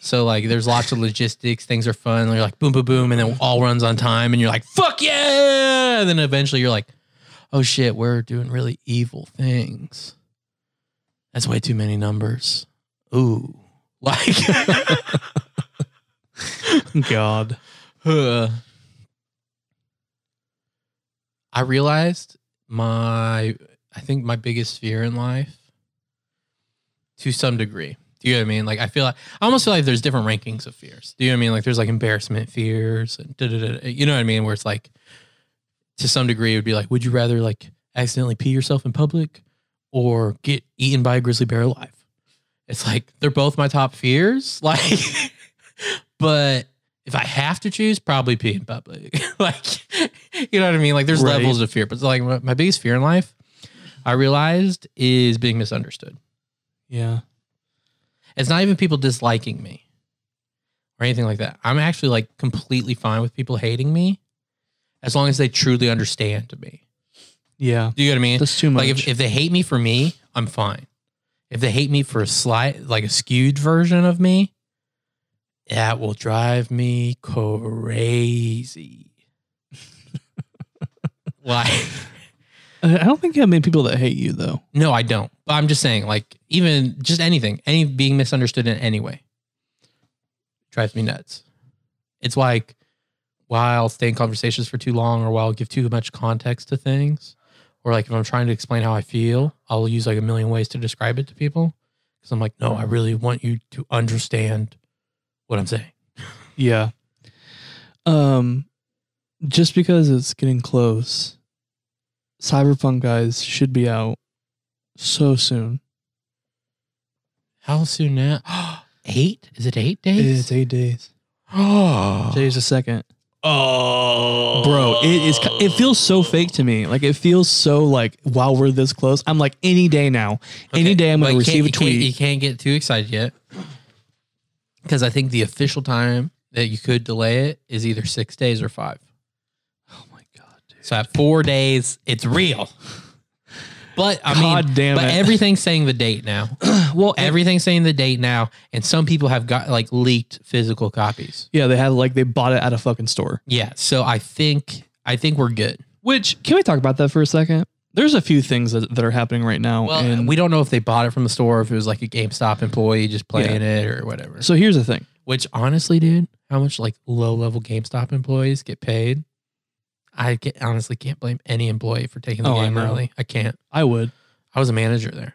C: so like there's lots of logistics, things are fun, and you're like boom boom boom, and then all runs on time, and you're like, fuck yeah. And then eventually you're like, oh shit, we're doing really evil things. That's way too many numbers. Ooh. Like
B: God.
C: Huh. I realized my I think my biggest fear in life to some degree. Do you know what I mean? Like I feel like I almost feel like there's different rankings of fears. Do you know what I mean? Like there's like embarrassment fears and da da da. da. You know what I mean? Where it's like to some degree it would be like, would you rather like accidentally pee yourself in public or get eaten by a grizzly bear alive? It's like they're both my top fears. Like but if I have to choose, probably pee in public. like, you know what I mean? Like, there's
B: Right.
C: levels of fear, but it's like my, my biggest fear in life, I realized, is being misunderstood.
B: Yeah.
C: It's not even people disliking me or anything like that. I'm actually like completely fine with people hating me as long as they truly understand me.
B: Yeah.
C: Do you know what I mean?
B: That's too much.
C: Like, if, if they hate me for me, I'm fine. If they hate me for a slight, like a skewed version of me, that will drive me crazy. like,
B: I I don't think you have many people that hate you though.
C: no, I don't. But I'm just saying, like, even just anything, any being misunderstood in any way drives me nuts. It's like why I'll stay in conversations for too long or why I'll give too much context to things. Or like if I'm trying to explain how I feel, I'll use like a million ways to describe it to people. Cause I'm like, no, I really want you to understand what I'm saying.
B: Yeah. Um, just because it's getting close, Cyberpunk guys should be out so soon.
C: How soon now? eight? Is it eight days?
B: It's eight days.
C: Oh.
B: Today's the second.
C: oh.
B: Bro, it is. ki- It feels so fake to me. Like it feels so like while we're this close, I'm like any day now, any
C: Okay,
B: day I'm
C: but
B: gonna
C: you
B: receive a
C: can't- you can't- You
B: tweet.
C: can't get too excited yet, because I think the official time that you could delay it is either six days or five.
B: Oh my god, dude.
C: So at four days, it's real. But I
B: God
C: mean,
B: damn
C: but
B: it.
C: everything's saying the date now.
B: well,
C: everything's saying the date now, and some people have got like leaked physical copies.
B: yeah, they had like they bought it at a fucking store.
C: Yeah, so I think I think we're good.
B: Which can we talk about that for a second? There's a few things that, that are happening right now.
C: Well,
B: and
C: we don't know if they bought it from the store, if it was like a GameStop employee just playing it or whatever.
B: so here's the thing.
C: Which honestly, dude, how much like low level GameStop employees get paid? I get, honestly can't blame any employee for taking the
B: Oh, I
C: game
B: know.
C: early. I can't.
B: I would.
C: I was a manager there.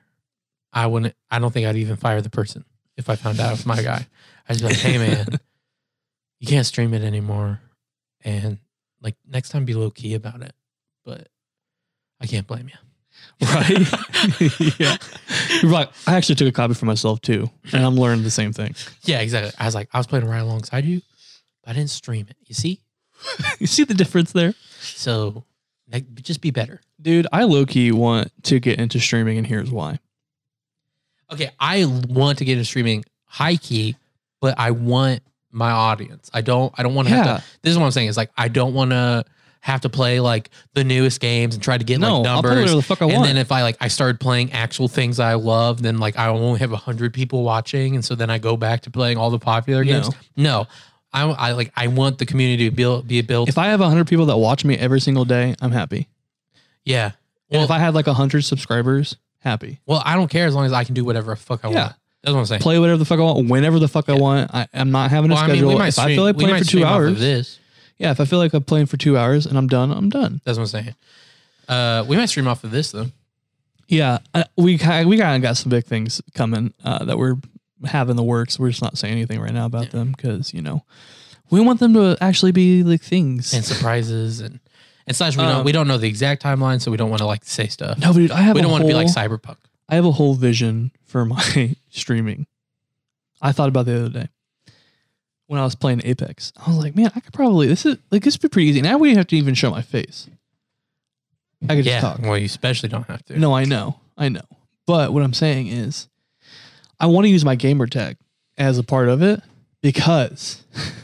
C: I wouldn't. I don't think I'd even fire the person if I found out it was my guy. I'd be like, hey man, you can't stream it anymore, and like next time be low key about it. But I can't blame you,
B: Right? Yeah. You're right. I actually took a copy for myself too, and I'm learning the same thing.
C: Yeah, exactly. I was like, I was playing right alongside you, but I didn't stream it. You see,
B: You see the difference there,
C: so like, just be better.
B: dude? I low key want to get into streaming, and here's why.
C: okay, I l- want to get into streaming high key, but I want my audience. I don't I don't want to
B: Yeah.
C: have to this is what I'm saying. It's like I don't want to have to play like the newest games and try to get
B: No,
C: like
B: I'll play
C: numbers.
B: whatever the fuck I
C: and
B: want.
C: then if I like I started playing actual things I love, then like I only have hundred people watching, and so then I go back to playing all the popular games. No, I, I like I want the community to build be built.
B: if I have 100 people that watch me every single day, I'm happy.
C: yeah.
B: And
C: Well,
B: if I had like 100 subscribers, happy.
C: well, I don't care as long as I can do whatever the fuck I
B: Yeah.
C: want. That's what I'm saying.
B: Play whatever the fuck I want, whenever the fuck I want. I, I'm not having a
C: well, I mean,
B: schedule.
C: we might
B: if
C: stream,
B: I feel like
C: we might
B: playing for two
C: stream off of
B: hours,
C: this.
B: yeah. If I feel like I'm playing for two hours and I'm done, I'm done.
C: That's what I'm saying. Uh, we might stream off of this though.
B: Yeah, I, we ki- we kind of got some big things coming uh, that we're having in the works. We're just not saying anything right now about them because you know we want them to actually be like things.
C: and surprises and and slash we
B: Um,
C: don't we don't know the exact timeline, so we don't want to like say stuff.
B: no, dude, I have
C: we
B: a
C: don't
B: whole,
C: want to be like cyberpunk.
B: I have a whole vision for my streaming. I thought about the other day when I was playing Apex. I was like, man, I could probably this is like this would be pretty easy. Now we have to even show my face.
D: I could just
C: yeah.
D: talk.
C: Well, you especially don't have to.
D: No, I know. I know. But what I'm saying is I want to use my gamer tag as a part of it because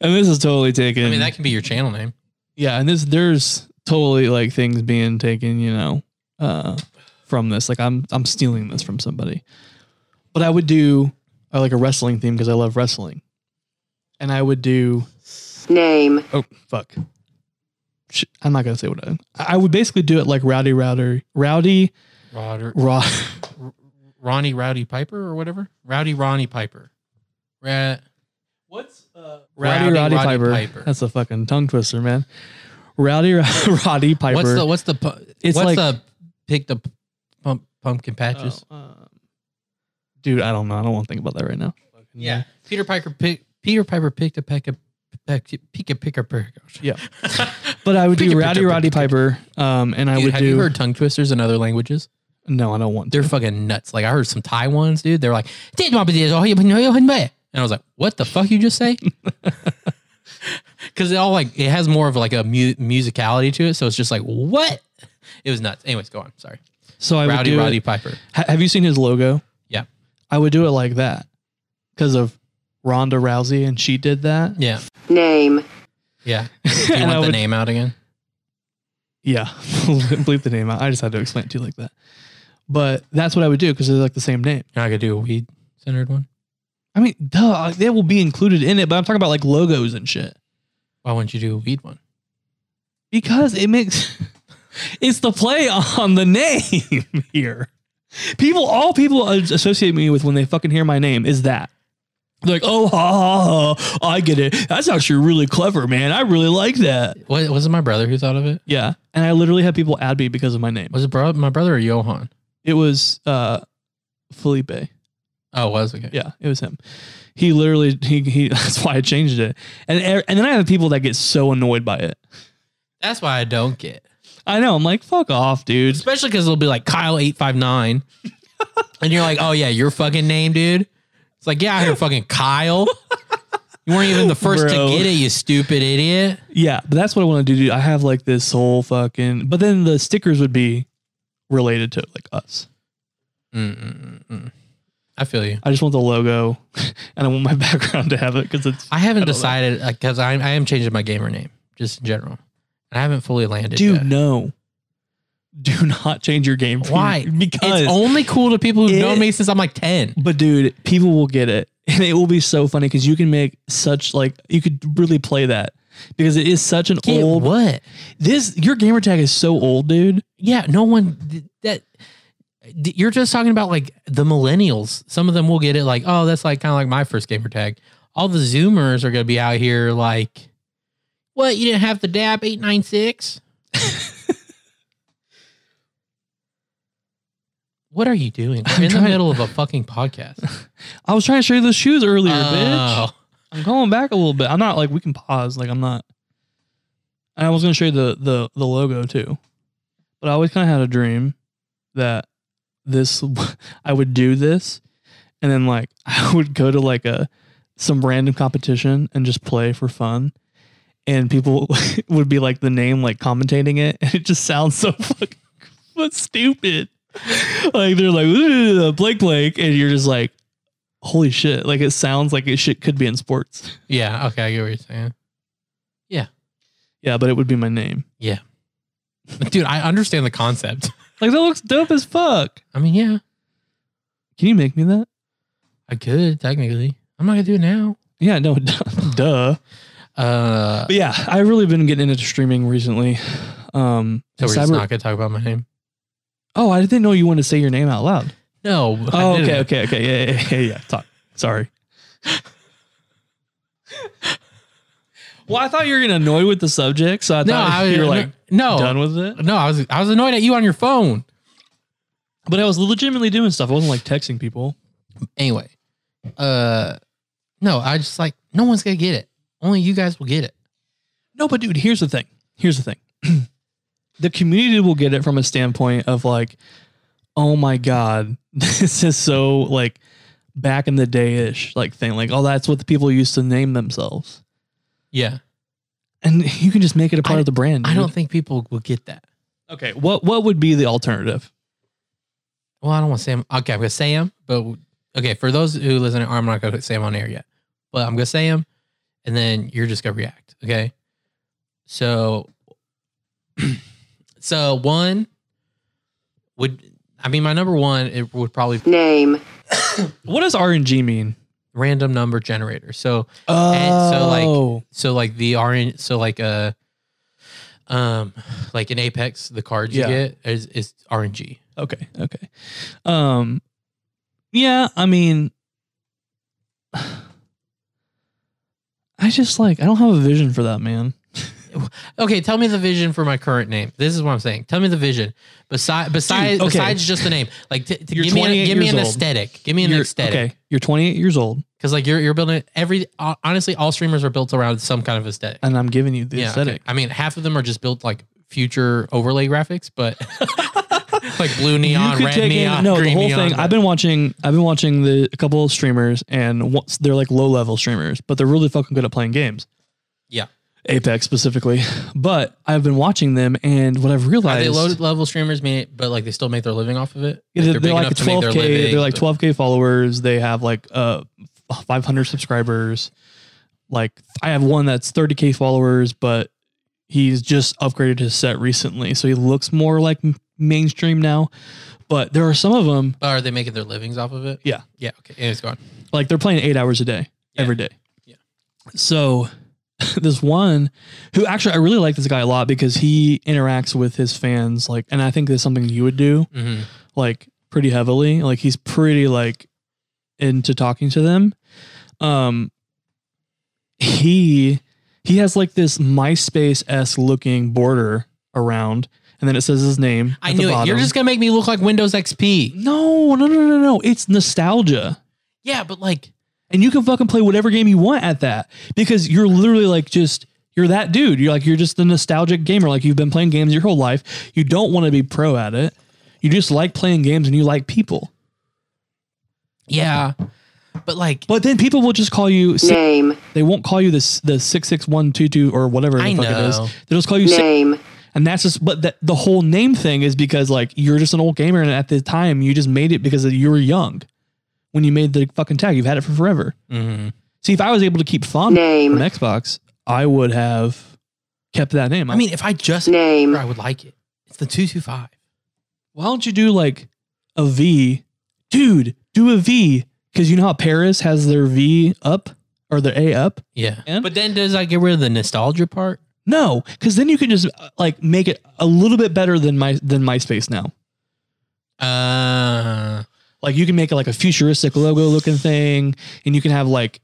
B: and this is totally taken.
C: I mean that can be your channel name.
B: yeah, and this there's totally like things being taken, you know, uh, from this. Like I'm I'm stealing this from somebody, but I would do uh, like a wrestling theme because I love wrestling, and I would do
E: Name.
B: oh fuck, Sh- I'm not gonna say what I I would basically do it like Rowdy Rowdy Rowdy
C: Rod-
B: Raw.
C: Ronnie Rowdy Piper or whatever. Rowdy Ronnie Piper. Ra-
B: What's uh,
C: Rowdy
B: Rowdy Roddy,
C: Roddy
B: Piper.
C: Piper.
B: That's a fucking tongue twister, man. Rowdy Ro- Roddy Piper.
C: What's the what's the pu-
B: It's like-
C: what's the pick the p- pump pumpkin patches?
B: Oh, um, dude, I don't know. I don't want to think about that right now.
C: yeah, Peter Piper pick Peter Piper picked a peck of peck pick a picker picker.
B: Yeah. But I would do
C: Pick a
B: Rowdy
C: picture,
B: Roddy
C: pick a
B: Piper. Um, and I
C: Dude,
B: would
C: have
B: do.
C: you heard tongue twisters in other languages?
B: no, I don't want.
C: They're fucking nuts. Like I heard some Thai ones, dude. They're like, "Did my business, oh, you know, you know, man." and I was like, "What the fuck you just say?" Because it all like it has more of like a mu- musicality to it, so it's just like what? It was nuts. Anyways, go on. Sorry,
B: So I would
C: Rowdy
B: do.
C: Roddy
B: it-
C: Piper.
B: Ha- have you seen his logo?
C: Yeah.
B: I would do it like that because of Ronda Rousey, and she did that.
C: Yeah,
E: Name.
C: yeah. Do you
B: And I
C: want the
B: would-
C: name out again?
B: Yeah, bleep the name out. I just had to explain it to you like that. But that's what I would do because they're like the same name.
C: I could do a weed centered one.
B: I mean, duh, uh, they will be included in it, but I'm talking about like logos and shit
C: Why wouldn't you do a weed one?
B: because it makes it's the play on the name here. People, all people as- associate me with when they fucking hear my name is that. They're like, oh, ha, ha, ha, I get it. That's actually really clever, man. I really like that.
C: What was it? My brother who thought of it?
B: Yeah. And I literally had people add me because of my name.
C: Was it bro- my brother or Johan?
B: It was uh, Felipe.
C: Oh, it was okay.
B: Yeah, it was him. He literally he, he that's why I changed it. And er- and then I have people that get so annoyed by it.
C: That's why I don't get.
B: I know. I'm like, fuck off, dude.
C: Especially because it'll be like Kyle eight five nine, and you're like, oh yeah, your fucking name, dude. It's like, yeah, I heard fucking Kyle. You weren't even the first
B: Bro.
C: to get it, you stupid idiot.
B: Yeah, but that's what I want to do. Dude. I have like this whole fucking. But then the stickers would be related to like us.
C: Mm-mm-mm. I feel you.
B: I just want the logo, and I want my background to have it because it's.
C: I haven't
B: I don't know.
C: decided because I, I am changing my gamer name just in general. I haven't fully landed.
B: Dude,
C: yet.
B: no. Do not change your game. for
C: Why?
B: me. Because
C: it's only cool to people who've
B: It-
C: known me since I'm like ten.
B: But dude, people will get it, and it will be so funny because you can make such like you could really play that because it is such an
C: Get
B: old.
C: what?
B: This your gamer tag is so old, dude.
C: Yeah, no one th- that th- you're just talking about like the millennials. Some of them will get it like, oh, that's like kind of like my first gamer tag. All the Zoomers are going to be out here like, what? You didn't have the dab eight nine six? What are you doing? We're
B: I'm
C: in the
B: trying-
C: middle of a fucking podcast.
B: I was trying to show you those shoes earlier, bitch.
C: Oh.
B: I'm going back a little bit. I'm not like we can pause. Like I'm not. And I was gonna show you the the the logo too, but I always kind of had a dream that this I would do this, and then like I would go to like a some random competition and just play for fun, and people would be like the name like commentating it, and it just sounds so fucking but stupid. like they're like "Ooh, Blake Blake, and you're just like, holy shit! Like it sounds like it shit could be in sports.
C: Yeah. Okay. I get what you're saying.
B: Yeah, but it would be my name.
C: Dude, I understand the concept.
B: Like that looks dope as fuck.
C: I mean, yeah,
B: Can you make me that?
C: I could technically. I'm not going to do it now.
B: Yeah, no, duh.
C: Uh,
B: But yeah, I've really been getting into streaming recently. Um,
C: So
B: and
C: we're just
B: cyber-
C: not gonna talk about my name.
B: oh, I didn't know you wanted to say your name out loud.
C: No. I
B: Oh, okay,
C: didn't.
B: okay, okay, yeah, yeah, yeah, yeah. Talk. Sorry. well, I thought you were gonna annoy with the subject, so I
C: No,
B: thought
C: I was
B: you were like
C: no.
B: done with it.
C: no, I was I was annoyed at you on your phone.
B: But I was legitimately doing stuff. I wasn't like texting people.
C: Anyway, uh, no, I just like no one's gonna get it. Only you guys will get it.
B: No, but dude, here's the thing. Here's the thing. the community will get it from a standpoint of like, oh my God, this is so like back in the day ish like thing. Like, oh, that's what the people used to name themselves.
C: Yeah,
B: And you can just make it a part
C: I-
B: of the brand.
C: I
B: dude.
C: don't think people will get that.
B: Okay, what what would be the alternative?
C: Well, I don't want to say him. Okay, I'm gonna say him, but okay, for those who listen, I'm not gonna say him on air yet, but I'm gonna say him, and then you're just gonna react. Okay, so, so one would I mean my number one it would probably be
E: name,
B: What does RNG mean?
C: random number generator. So
B: Oh,
C: so, like- so like the RN so like uh um like in Apex the cards
B: Yeah.
C: you get is is RNG.
B: okay, okay, um, yeah. I mean, I just like I don't have a vision for that, man.
C: Okay, tell me the vision for my current name. This is what I'm saying. Tell me the vision. Besides, besides,
B: okay.
C: besides just the name. Like, t- t-
B: You're
C: give me, an,
B: 28
C: give me
B: years
C: an
B: old.
C: aesthetic. Give me an
B: You're-
C: aesthetic.
B: Okay, you're 28 years old,
C: Because like you're you're building every. hon- Honestly, all streamers are built around some kind of aesthetic.
B: and I'm giving you the
C: Yeah, okay.
B: aesthetic.
C: I mean, half of them are just built like future overlay graphics, but like blue
B: You
C: neon,
B: could
C: red
B: take any-
C: neon,
B: no, the
C: green
B: whole
C: neon.
B: thing. I've been watching. I've been watching the a couple of streamers, and once, they're like low level streamers, but they're really fucking good at playing games.
C: Yeah.
B: Apex specifically, but I've been watching them, and what I've
C: Are
B: realized
C: they low level streamers, mean, but like they still make their living off of it?
B: Yeah, they're, they're
C: big
B: like
C: enough
B: a
C: to make their
B: 12k. they're
C: living,
B: like
C: but-
B: 12k followers. They have like uh 500 subscribers. Like I have one that's 30k followers, but he's just upgraded his set recently, so he looks more like m- mainstream now. But there are some of them
C: But are they making their livings off of it?
B: Yeah.
C: Yeah. Okay. Anyways, go on.
B: like they're playing eight hours a day
C: Yeah.
B: every day.
C: Yeah.
B: So this one who actually I really like this guy a lot because he interacts with his fans like, and I think that's something you would do
C: Mm-hmm.
B: like pretty heavily. Like he's pretty like into talking to them. Um he he has like this MySpace esque looking border around and then it says his name.
C: I
B: at the
C: knew it. You're
B: bottom.
C: just gonna make me look like Windows XP.
B: No, no, no, no, no. It's nostalgia.
C: Yeah, but like,
B: And you can fucking play whatever game you want at that because you're literally like just you're that dude. You're like you're just a nostalgic gamer. Like you've been playing games your whole life. You don't want to be pro at it. You just like playing games and you like people.
C: yeah, but like,
B: But then people will just call you. si-
E: name,
B: They won't call you this the six six one two two or whatever the
C: I
B: fuck it is.
C: know.
B: They'll just call you. si-
E: name,
B: and that's just. But that, the whole name thing is because like you're just an old gamer, and at the time you just made it because you were young when you made the fucking tag. You've had it for forever.
C: Mhm.
B: See, if I was able to keep Fom from
E: name,
B: Xbox, I would have kept that name.
C: I mean, if I just
E: name,
C: I would like it. It's the two two five.
B: why don't you do like a V, dude? Do a V because you know how Paris has their V up or their A up.
C: Yeah,
B: And-
C: but then does I get rid of the nostalgia part?
B: No, because then you can just uh, like make it a little bit better than my than MySpace now.
C: Uh,
B: Like you can make it like a futuristic logo looking thing, and you can have like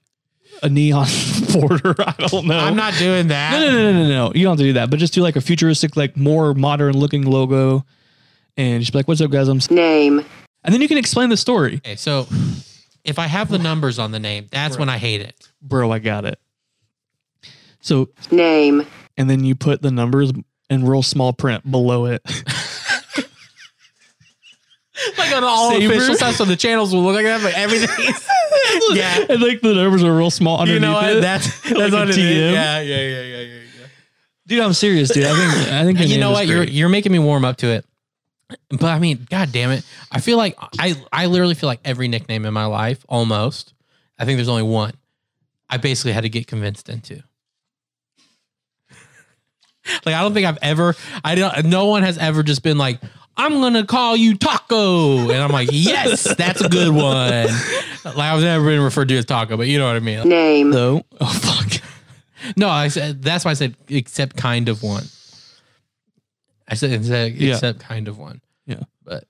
B: a neon border. I don't know.
C: I'm not doing that.
B: No, no, no, no, no, no. You don't have to do that. But just do like a futuristic, like more modern looking logo, and just be like, "What's up, guys?" I'm. s-"
E: name,
B: And then you can explain the story,
C: Okay, so if I have the numbers on the name, that's when I hate it.
B: bro. I got it. So,
E: name,
B: and then you put the numbers in real small print below it.
C: Like on all
B: Saber?
C: official stuff, so the channels will look like that, but everything. is- yeah,
B: and like the numbers are real small underneath
C: you know
B: it.
C: what? That's that's
B: Like a
C: what it is.
B: TM.
C: Yeah, yeah, yeah, yeah, yeah. yeah.
B: dude, I'm serious, dude. I think I think your
C: And you
B: name
C: know
B: is
C: what? You're
B: great.
C: you're making me warm up to it. But I mean, god damn it. I feel like I I literally feel like every nickname in my life, almost. I think there's only one. I basically had to get convinced into. like I don't think I've ever I don't no one has ever just been like, I'm gonna call you taco. And I'm like, yes, that's a good one. Like I was never been referred to as taco, but you know what I mean.
E: name,
B: though. Oh fuck.
C: No, I said that's why I said except kind of one. I said except,
B: Yeah.
C: except kind of one.
B: Yeah.
C: but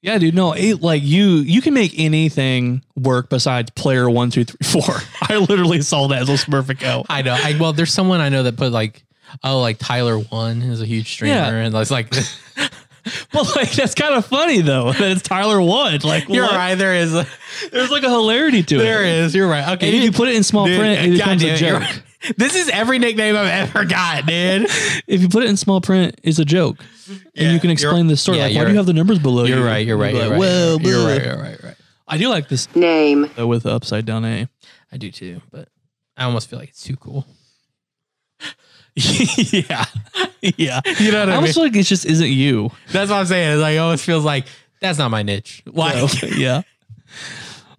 B: Yeah, dude. No, it, like you, you can make anything work besides player one, two, three, four. I literally saw that as a Smurfic out.
C: I know. I, well, there's someone I know that put like, oh, like Tyler One is a huge streamer,
B: Yeah.
C: and it's like
B: But like, that's kind of funny though. That it's Tyler Wood. Like,
C: you're
B: what?
C: right. There is, a,
B: There's like a hilarity to
C: there
B: it.
C: is. You're right.
B: And
C: Okay,
B: if you put it in small
C: dude,
B: print, it becomes
C: goddamn
B: a
C: it,
B: joke.
C: you're right. This is every nickname I've ever got, dude.
B: If you put it in small print, it's a joke,
C: Yeah,
B: and you can
C: you're-
B: explain the story.
C: yeah,
B: like, why
C: you're
B: do you
C: right.
B: have the numbers below?
C: You're
B: you?
C: right. You're right.
B: You're
C: You're
B: like,
C: right.
B: "Whoa,
C: You're
B: blah."
C: right. You're right. You're right.
B: I do like this
E: name,
B: though with the upside down A.
C: I do too, but I almost feel like it's too cool.
B: yeah, yeah.
C: You know what
B: I
C: I mean?
B: almost feel like it just isn't you.
C: That's what I'm saying. It's like, it always feels like that's not my niche. Like,
B: So, yeah.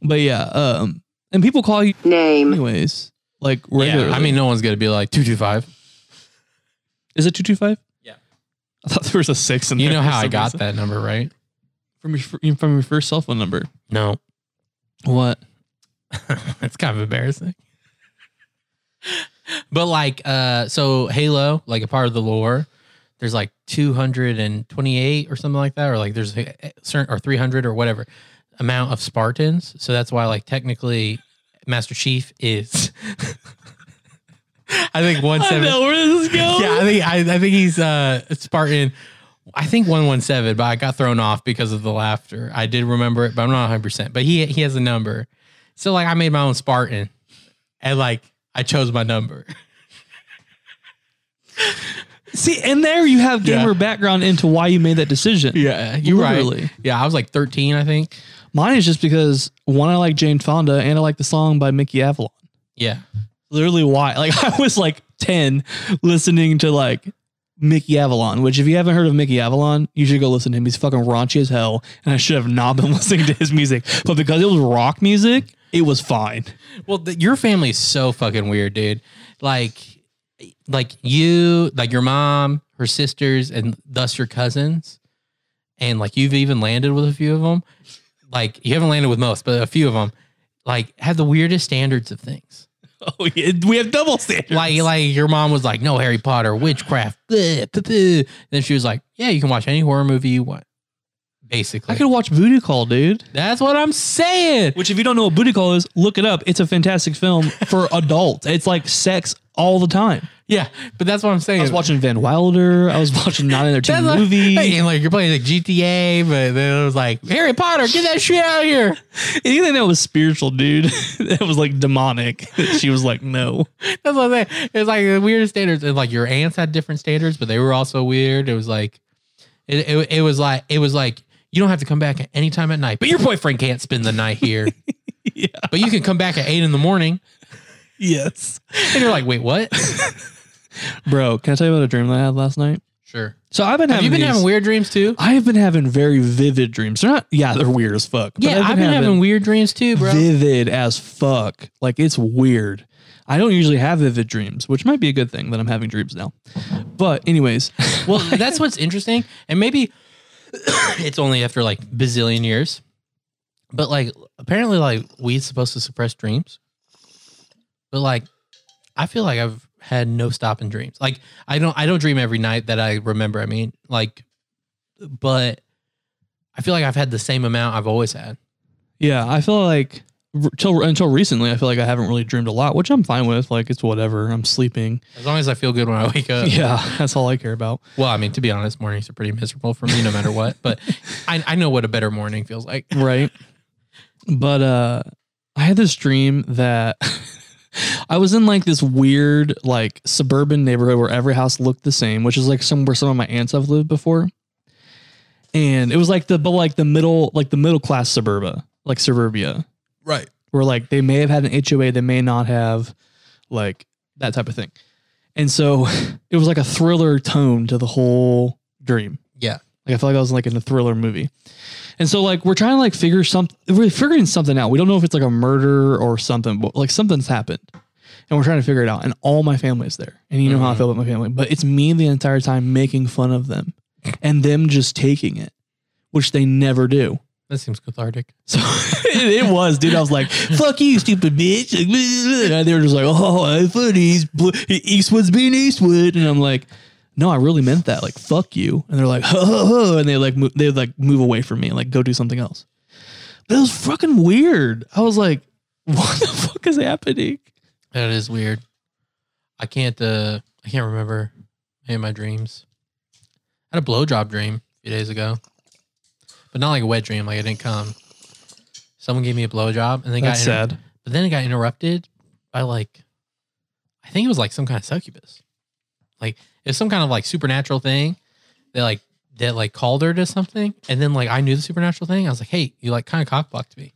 B: But yeah, um, and people call you
E: name,
B: anyways, like regularly.
C: yeah, I mean, no one's gonna be like two two five.
B: is it two two five?
C: Yeah.
B: I thought there was a six in
C: You
B: there
C: know
B: for
C: how I
B: some
C: got
B: reason.
C: that number, right?
B: from your from your first cell phone number.
C: No,
B: What?
C: it's kind of embarrassing. but like, uh, so Halo, like a part of the lore, there's like 228 or something like that, or like there's a certain or 300 or whatever amount of Spartans. So that's why, like, technically, Master Chief is. I think one seven.
B: where this is going.
C: yeah, I think I, I think he's uh Spartan. I think one one seven, but I got thrown off because of the laughter. I did remember it, but I'm not 100. percent But he he has a number, so like I made my own Spartan, and like I chose my number.
B: See, and there you have
C: Yeah.
B: gamer background into why you made that decision.
C: Yeah, you're
B: Literally.
C: right. Yeah, I was like 13, I think.
B: Mine is just because one, I like Jane Fonda, and I like the song by Mickey Avalon.
C: Yeah,
B: Literally, why? Like I was like ten, listening to like Mickey Avalon. Which, if you haven't heard of Mickey Avalon, you should go listen to him. He's fucking raunchy as hell, and I should have not been listening to his music. But because it was rock music, it was fine.
C: Well, th- your family is so fucking weird, dude. Like, like you, like your mom, her sisters, and thus your cousins, and like you've even landed with a few of them. Like you haven't landed with most, but a few of them, like have the weirdest standards of things.
B: Oh, yeah, we have double standards.
C: Like, like your mom was like, "No Harry Potter, witchcraft." Bleh, poo, poo." Then she was like, "Yeah, you can watch any horror movie you want." Basically,
B: I could watch Booty Call, dude.
C: that's what I'm saying.
B: Which, if you don't know what Booty Call is, look it up. It's a fantastic film for adults. It's like sex all the time.
C: Yeah, but that's what I'm saying.
B: I was watching Van Wilder. I was watching Not Another Teen
C: That's
B: Movie.
C: Like, hey, like you're playing like GTA, but then it was like Harry Potter, get that shit out of here.
B: Anything that was spiritual, dude, that was like demonic. She was like, no.
C: That's what I'm saying. It's like the weirdest standards. And like your aunts had different standards, but they were also weird. It was like, it, it, it was like it was like you don't have to come back at any time at night, but your boyfriend can't spend the night here.
B: Yeah.
C: But you can come back at eight in the morning,
B: Yes.
C: and you're like, wait, what?
B: Bro, can I tell you about a dream that I had last night?
C: sure.
B: So I've been
C: Have
B: having
C: you been
B: these-
C: having weird dreams too?
B: I have been having very vivid dreams. They're not, yeah, they're weird as fuck. but
C: Yeah, I've been having weird dreams too, bro.
B: vivid as fuck. Like it's weird. I don't usually have vivid dreams, which might be a good thing that I'm having dreams now. But anyways,
C: Well, that's what's interesting, and maybe it's only after like bazillion years, but like apparently, like weed's supposed to suppress dreams, but like I feel like I've had no stopping dreams. Like I don't, I don't dream every night that I remember. I mean, like, but I feel like I've had the same amount I've always had.
B: yeah, I feel like r- till until recently, I feel like I haven't really dreamed a lot, which I'm fine with. Like it's whatever. I'm sleeping.
C: As long as I feel good when I wake up.
B: Yeah, that's all I care about.
C: Well, I mean, to be honest, mornings are pretty miserable for me, no matter what. But I, I know what a better morning feels like.
B: right? But uh I had this dream that I was in like this weird like suburban neighborhood where every house looked the same, which is like some where some of my aunts have lived before. And it was like the but like the middle like the middle class suburba, like suburbia,
C: Right.
B: where like they may have had an HOA, they may not have, like that type of thing. And so it was like a thriller tone to the whole dream.
C: Yeah.
B: Like I felt like I was like in a thriller movie. And so like we're trying to like figure something we're figuring something out. We don't know if it's like a murder or something, but like something's happened. And we're trying to figure it out. And all my family is there. And you know how I feel about my family. But it's me the entire time making fun of them and them just taking it, which they never do.
C: That seems cathartic.
B: So it, it was, dude. I was like, "Fuck you, stupid bitch!" And they were just like, "Oh, I thought he's bl- Eastwood's being Eastwood," and I'm like, "No, I really meant that. Like, fuck you." And they're like, "Huh, huh, huh," and they like mo- they like move away from me and like go do something else. But it was fucking weird. I was like, "What the fuck is happening?"
C: That is weird. I can't uh I can't remember any of my dreams. I had a blowjob dream a few days ago. But not like a wet dream, like I didn't come. Someone gave me a blowjob and they got
B: That's
C: inter-
B: sad.
C: but then it got interrupted by like I think it was like some kind of succubus. Like it's some kind of like supernatural thing. They like that like called her to something and then like I knew the supernatural thing. I was like, hey, you like kind of cockblocked me.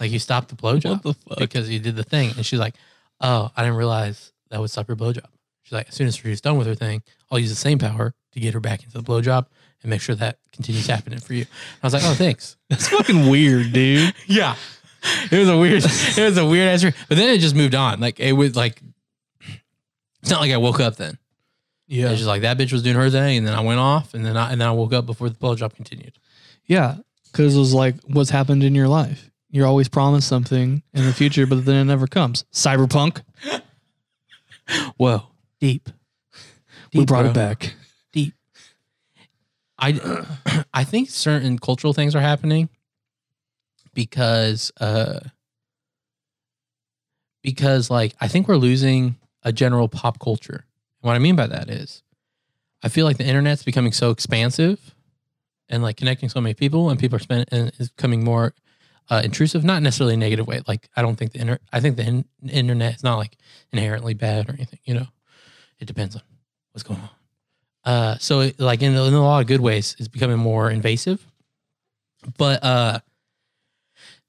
C: Like you stopped the
B: What
C: blowjob
B: the fuck?
C: because you did the thing. And she's like, Oh, I didn't realize that would suck her blowjob. She's like, as soon as she's done with her thing, I'll use the same power to get her back into the blowjob and make sure that continues happening for you. I was like, oh, thanks.
F: That's fucking weird, dude.
C: yeah. It was a weird, it was a weird answer. But then it just moved on. Like it was like, it's not like I woke up then.
B: Yeah.
C: It's just like that bitch was doing her thing, and then I went off, and then I and then I woke up before the blowjob continued.
B: Yeah, because it was like what's happened in your life. You're always promised something in the future, but then it never comes. Cyberpunk,
C: Whoa, deep.
B: we brought
C: bro.
B: it back.
C: I I think certain cultural things are happening because uh because like I think we're losing a general pop culture. What I mean by that is I feel like the internet's becoming so expansive and like connecting so many people and people are spending and it's becoming more uh, intrusive, not necessarily in a negative way. Like I don't think the inter- I think the in- internet is not like inherently bad or anything, you know. It depends on what's going on. Uh, so it- like in, in a lot of good ways, it's becoming more invasive. But uh,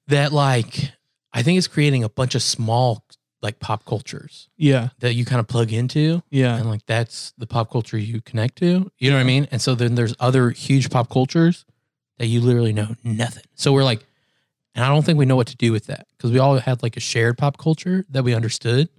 C: that like I think it's creating a bunch of small like pop cultures
B: Yeah,
C: that you kind of plug into,
B: yeah,
C: and like that's the pop culture you connect to. You know what I mean? And so then there's other huge pop cultures that you literally know nothing. So we're like, and I don't think we know what to do with that because we all had like a shared pop culture that we understood,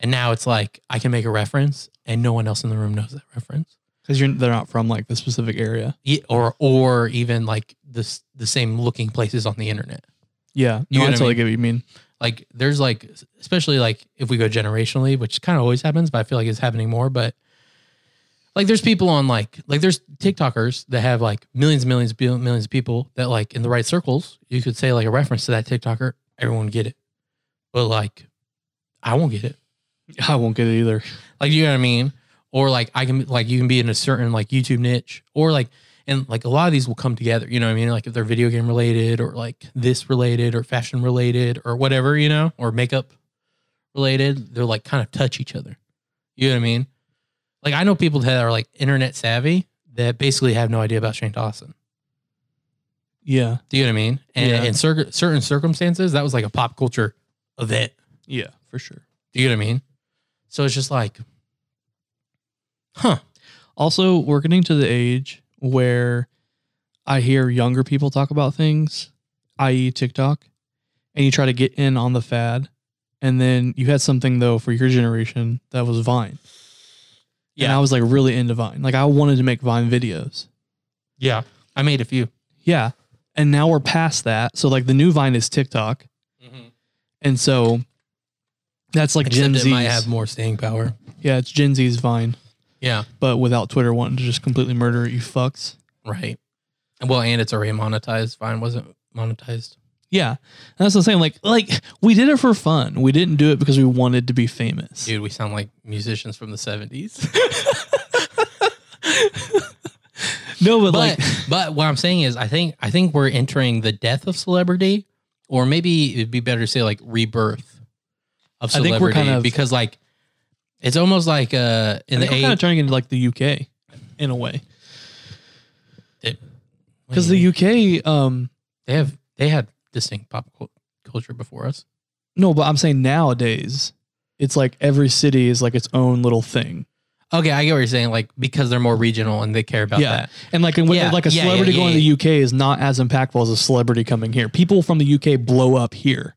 C: and now it's like I can make a reference and no one else in the room knows that reference.
B: because you're they're not from like the specific area.
C: Yeah, or or even like this the same looking places on the internet.
B: Yeah, no,
C: You know
B: I
C: what I
B: totally
C: mean?
B: get what you mean.
C: Like there's like especially like if we go generationally, which kind of always happens, but I feel like it's happening more. But like there's people on like like there's TikTokers that have like millions and millions bill- millions of people that like in the right circles, you could say like a reference to that TikToker, everyone would get it. But like I won't get it.
B: I won't get it either.
C: Like you know what I mean? Or like I can like you can be in a certain like YouTube niche or like and like a lot of these will come together, you know what I mean? Like if they're video game related or like this related or fashion related or whatever, you know, or makeup related, they're like kind of touch each other. You know what I mean? Like I know people that are like internet savvy that basically have no idea about Shane Dawson.
B: Yeah,
C: Do you know what I mean? And
B: Yeah.
C: in cir- certain circumstances, that was like a pop culture event.
B: yeah, for sure.
C: Do you know what I mean? So it's just like, huh?
B: Also, we're getting to the age where I hear younger people talk about things, i.e., TikTok, and you try to get in on the fad. And then you had something though for your generation that was Vine. Yeah. And I was like really into Vine. Like I wanted to make Vine videos.
C: Yeah. I made a few.
B: Yeah. And now we're past that. So like the new Vine is TikTok.
C: Mm-hmm.
B: And so that's like
C: Except
B: Gen
C: it
B: Z.
C: might have more staying power.
B: Yeah, it's Gen Z's Vine,
C: Yeah.
B: but without Twitter wanting to just completely murder it, you fucks.
C: Right. Well, and it's already monetized. Vine wasn't monetized.
B: Yeah. And that's the same. Like like we did it for fun. We didn't do it because we wanted to be famous.
C: Dude, we sound like musicians from the 70s.
B: No, but,
C: but
B: like
C: but what I'm saying is I think I think we're entering the death of celebrity or maybe it'd be better to say like rebirth of
B: I think
C: celebrity
B: we're kind of-
C: because like it's almost like uh in
B: I
C: the
B: think we're
C: age
B: kind of turning into like the UK in a way.
C: it-
B: Because the UK, um
C: they have they had distinct pop cul- culture before us.
B: no, but I'm saying nowadays it's like every city is like its own little thing.
C: Okay, I get what you're saying. Like because they're more regional and they care about
B: yeah.
C: that.
B: And like, and when-
C: Yeah,
B: like a
C: yeah, yeah,
B: celebrity
C: yeah,
B: going
C: yeah.
B: to the UK is not as impactful as a celebrity coming here. People from the UK blow up here.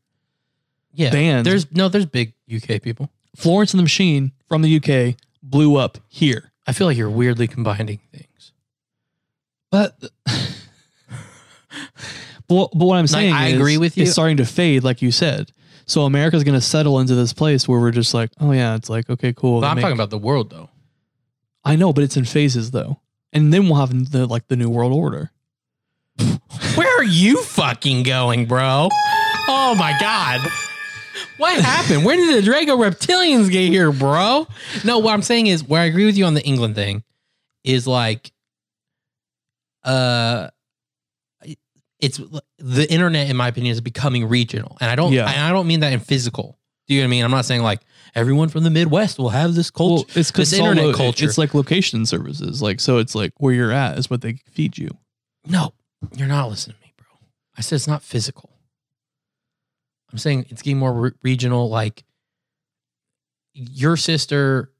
C: Yeah,
B: Bands.
C: There's no, there's big UK people.
B: Florence and the Machine from the UK blew up here.
C: I feel like you're weirdly combining things.
B: But, but, what- but what I'm saying
C: I
B: is,
C: agree with you.
B: It's starting to fade, like you said. So America's going to settle into this place where we're just like, oh yeah, it's like okay, cool.
C: But
B: they
C: I'm
B: make-
C: talking about the world though.
B: I know, but it's in phases though, and then we'll have the like the new world order.
C: Where are you fucking going, bro? Oh my god. What happened? Where did the Drago reptilians get here, bro? No, what I'm saying is where I agree with you on the England thing is like uh it's the internet in my opinion is becoming regional. And I don't
B: Yeah.
C: and I don't mean that in physical. Do you know what I mean? I'm not saying like everyone from the Midwest will have this culture.
B: Well, it's because
C: This internet
B: internet
C: culture.
B: culture. It's like location services, like so. It's like where you're at is what they feed you.
C: No, you're not listening to me, bro. I said it's not physical. I'm saying it's getting more re- regional. Like your sister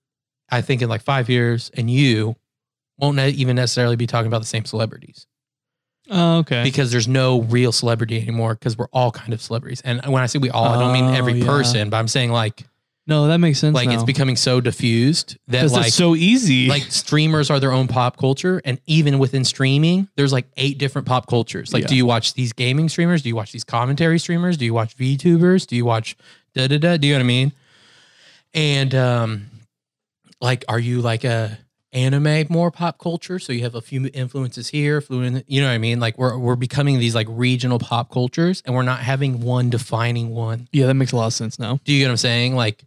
C: I think in like five years, and you won't ne- even necessarily be talking about the same celebrities
B: Oh, okay.
C: because there's no real celebrity anymore because we're all kind of celebrities. And when I say we all, I don't mean
B: Oh,
C: every
B: yeah.
C: person, but I'm saying like
B: no, that makes sense.
C: like it's
B: now.
C: becoming so diffused that
B: 'Cause
C: like
B: it's so easy.
C: like streamers are their own pop culture and even within streaming there's like eight different pop cultures like
B: Yeah.
C: do you watch these gaming streamers do you watch these commentary streamers do you watch vtubers do you watch da da da do you know what i mean and um like are you like a anime more pop culture so you have a few influences here fluent you know what i mean like we're we're becoming these like regional pop cultures and we're not having one defining one
B: yeah, that makes a lot of sense now.
C: do you get what I'm saying? Like,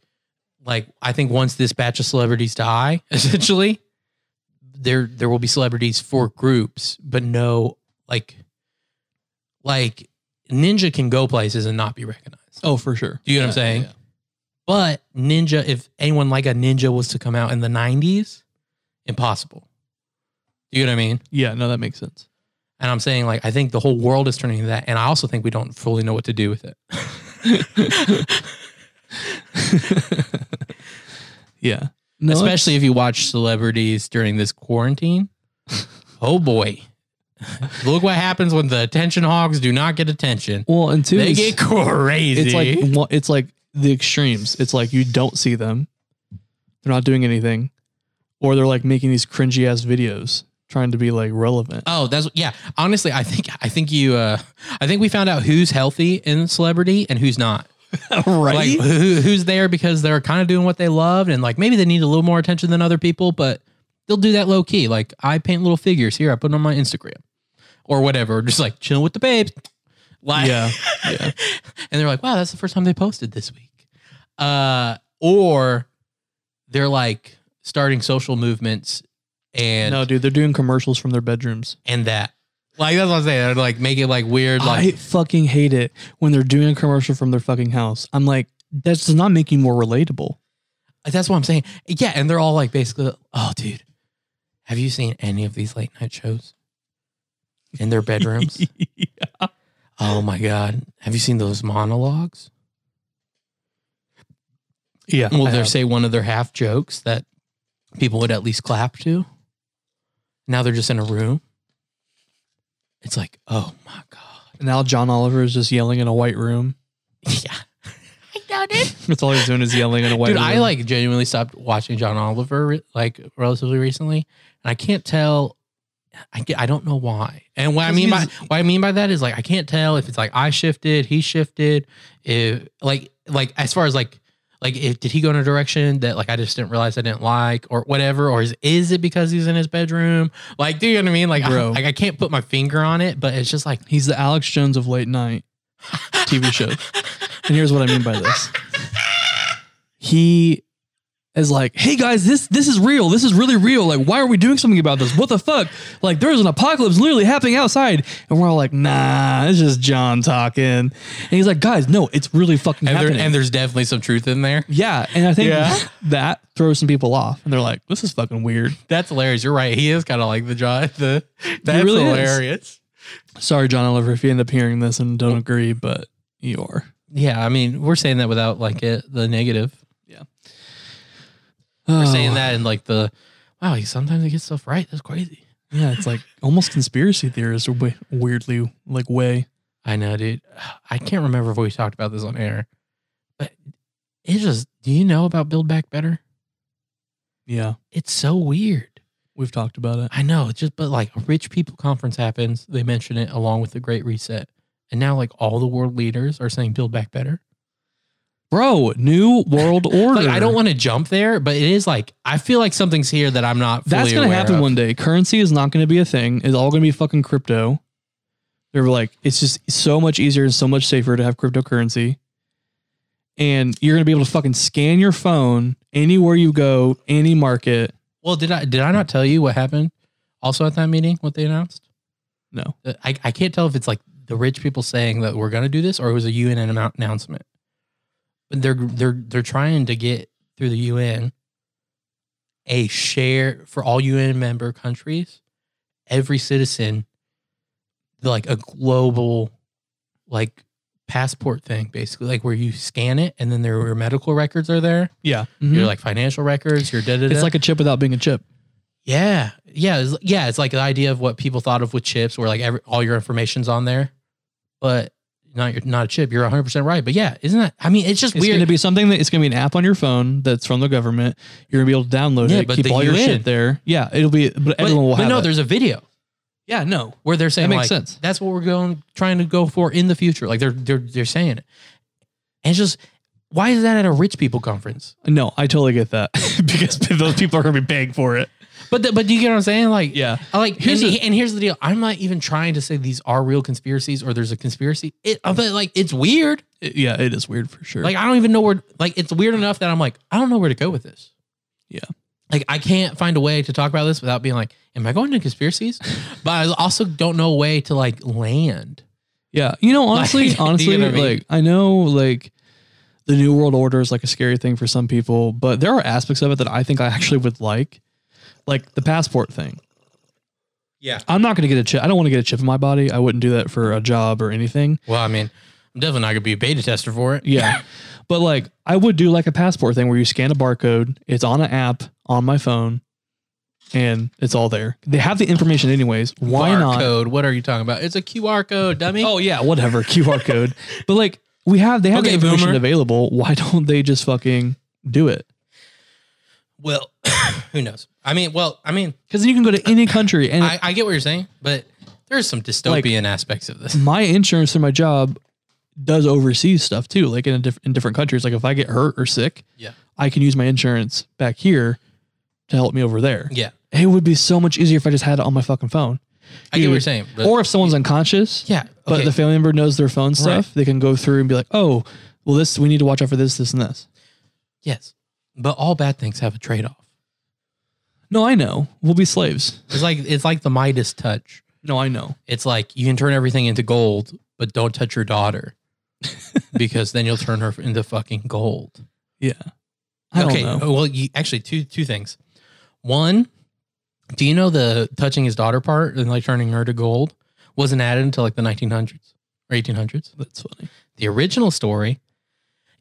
C: like I think once this batch of celebrities die, essentially, there there will be celebrities for groups, but no, like, like Ninja can go places and not be recognized.
B: Oh, for sure.
C: Do you know what I'm saying? But Ninja, if anyone like a Ninja was to come out in the '90s, impossible. Do you know what I mean?
B: Yeah, no, that makes sense.
C: And I'm saying, like, I think the whole world is turning to that. And I also think we don't fully know what to do with it.
B: Yeah. No,
C: Especially if you watch celebrities during this quarantine. oh boy. Look what happens when the attention hogs do not get attention.
B: well, and two,
C: They
B: it's,
C: get crazy.
B: it's like one- it's like the extremes. It's like you don't see them; they're not doing anything, or they're like making these cringy ass videos trying to be like relevant.
C: oh, that's yeah. Honestly, I think I think you uh I think we found out who's healthy in celebrity and who's not.
B: right?
C: Like who, who's there because they're kind of doing what they love and like maybe they need a little more attention than other people, but they'll do that low key. Like I paint little figures here, I put them on my Instagram or whatever. Just like chill with the babes. Like,
B: yeah, yeah.
C: and they're like, wow, that's the first time they posted this week. Uh, or they're like starting social movements and
B: No, dude, they're doing commercials from their bedrooms.
C: and that. Like that's what I'm saying. They're like make it like weird.
B: I
C: Like
B: fucking hate it when they're doing a commercial from their fucking house. I'm like, that does not make you more relatable.
C: that's what I'm saying. Yeah, and they're all like basically, oh, dude, have you seen any of these late night shows in their bedrooms? Oh my god, have you seen those monologues?
B: Yeah.
C: Will
B: I
C: they
B: have.
C: say one of their half jokes that people would at least clap to? Now they're just in a room. It's like, oh my god,
B: now John Oliver is just yelling in a white room.
C: yeah. I doubt it,
B: That's all he's doing is yelling in a white
C: dude.
B: room.
C: I like genuinely stopped watching John Oliver re- like relatively recently, and I can't tell. I get, I don't know why. And what I mean by what I mean by that is like I can't tell if it's like I shifted, he shifted, if like like as far as like like if did he go in a direction that like I just didn't realize I didn't like or whatever or is is it because he's in his bedroom? Like do you know what I mean? Like I,
B: Bro.
C: like I can't put my finger on it, but it's just like
B: He's the Alex Jones of late night TV shows. and here's what I mean by this. He is like, "Hey guys, this this is real. This is really real. Like, why are we doing something about this? What the fuck? Like, there's an apocalypse literally happening outside." And we're all like, "Nah, it's just John talking." And he's like, "Guys, no, it's really fucking
C: and, there,
B: happening."
C: and there's definitely some truth in there.
B: yeah, and I think
C: Yeah.
B: that throws some people off, and they're like, "This is fucking weird."
C: That's hilarious. You're right. He is kind of like the John. The that's
B: really is.
C: hilarious.
B: Sorry, John Oliver, if you end up hearing this and don't agree, but you are.
C: Yeah, I mean, we're saying that without like it, the negative.
B: Oh.
C: We're saying that in like the wow. He sometimes he gets stuff right. That's crazy.
B: Yeah, it's like almost conspiracy theorist w- weirdly like way.
C: I know, dude. I can't remember if we talked about this on air, but it just. Do you know about Build Back Better?
B: Yeah,
C: It's so weird.
B: we've talked about it.
C: I know. It's just but like a rich people conference happens. They mention it along with the Great Reset, and now like all the world leaders are saying Build Back Better.
B: Bro, new world order.
C: Like I don't want to jump there, but it is like I feel like something's here that I'm not. Fully
B: That's going to
C: aware
B: happen
C: of.
B: one day. Currency is not going to be a thing. It's all going to be fucking crypto. They're like it's just so much easier and so much safer to have cryptocurrency. And you're going to be able to fucking scan your phone anywhere you go, any market.
C: Well, did I did I not tell you what happened? Also at that meeting, what they announced.
B: No.
C: Uh, I I can't tell if it's like the rich people saying that we're gonna do this or it was a UN annou- announcement. But they're they're they're trying to get through the UN a share for all UN member countries, every citizen, like a global, like passport thing, basically, like where you scan it and then there your medical records are there.
B: Yeah.
C: Your like financial records. Your da da da.
B: Mm-hmm. It's like a chip without being a chip.
C: yeah, yeah, it's, yeah. It's like the idea of what people thought of with chips, where like every all your information's on there, but not your not a chip. You're 100 percent right. But yeah, isn't that? I mean, it's just
B: It's
C: weird.
B: going to be something that it's going to be an app on your phone that's from the government. You're going to be able to download
C: Yeah,
B: it,
C: but
B: keep
C: the
B: all your
C: UN.
B: shit there. Yeah, it'll be, but,
C: but,
B: everyone will
C: but
B: have
C: no,
B: it.
C: there's a video.
B: Yeah, no.
C: where they're saying
B: That makes
C: like,
B: sense.
C: that's what we're going trying to go for in the future. Like they're they're they're saying it. And it's just why is that at a rich people conference?
B: No, I totally get that because those people are going to be paying for it.
C: But the, but do you get what I'm saying? Like
B: Yeah.
C: I like
B: Here's
C: and,
B: the-
C: and here's the deal. I'm not even trying to say these are real conspiracies or there's a conspiracy. It I'm like, like it's weird.
B: It- yeah, it is weird for sure.
C: Like I don't even know where like it's weird enough that I'm like I don't know where to go with this.
B: Yeah.
C: Like I can't find a way to talk about this without being like, am I going to conspiracies? but I also don't know a way to like land.
B: yeah, you know, honestly,
C: Like, you know
B: honestly,
C: what I mean?
B: like I know, like the new world order is like a scary thing for some people, but there are aspects of it that I think I actually would like, like the passport thing.
C: Yeah.
B: I'm not going to get a chip. I don't want to get a chip in my body. I wouldn't do that for a job or anything.
C: Well, I mean, I'm definitely not gonna be a beta tester for it.
B: Yeah. but like I would do like a passport thing where you scan a barcode, it's on an app on my phone, and it's all there. They have the information anyways. Why not?
C: Code? What are you talking about? It's a QR code, dummy.
B: Oh yeah, whatever, QR code. But like we have they have
C: Okay,
B: the information
C: boomer.
B: available. Why don't they just fucking do it?
C: well, who knows? I mean, well, I mean,
B: Because then you can go to any country and
C: I, I get what you're saying, but there's some dystopian aspects of this.
B: my insurance through my job does overseas stuff too, like in a diff- in different countries. Like if I get hurt or sick,
C: Yeah.
B: I can use my insurance back here to help me over there.
C: Yeah,
B: It would be so much easier if I just had it on my fucking phone.
C: I get what
B: Dude.
C: you're saying. But,
B: or if someone's unconscious,
C: yeah,
B: but
C: okay.
B: the family member knows their phone stuff, they can go through and be like, "Oh, well, this we need to watch out for this, this, and this."
C: yes, but all bad things have a trade off.
B: No, I know. We'll be slaves.
C: It's like it's like the Midas touch.
B: No, I know.
C: It's like you can turn everything into gold, but don't touch your daughter because then you'll turn her into fucking gold. oh,
B: Yeah, I don't know.
C: Well, you, actually, two two things. One, do you know the touching his daughter part and like turning her to gold wasn't added until like the 1900s or 1800s?
B: That's funny.
C: The original story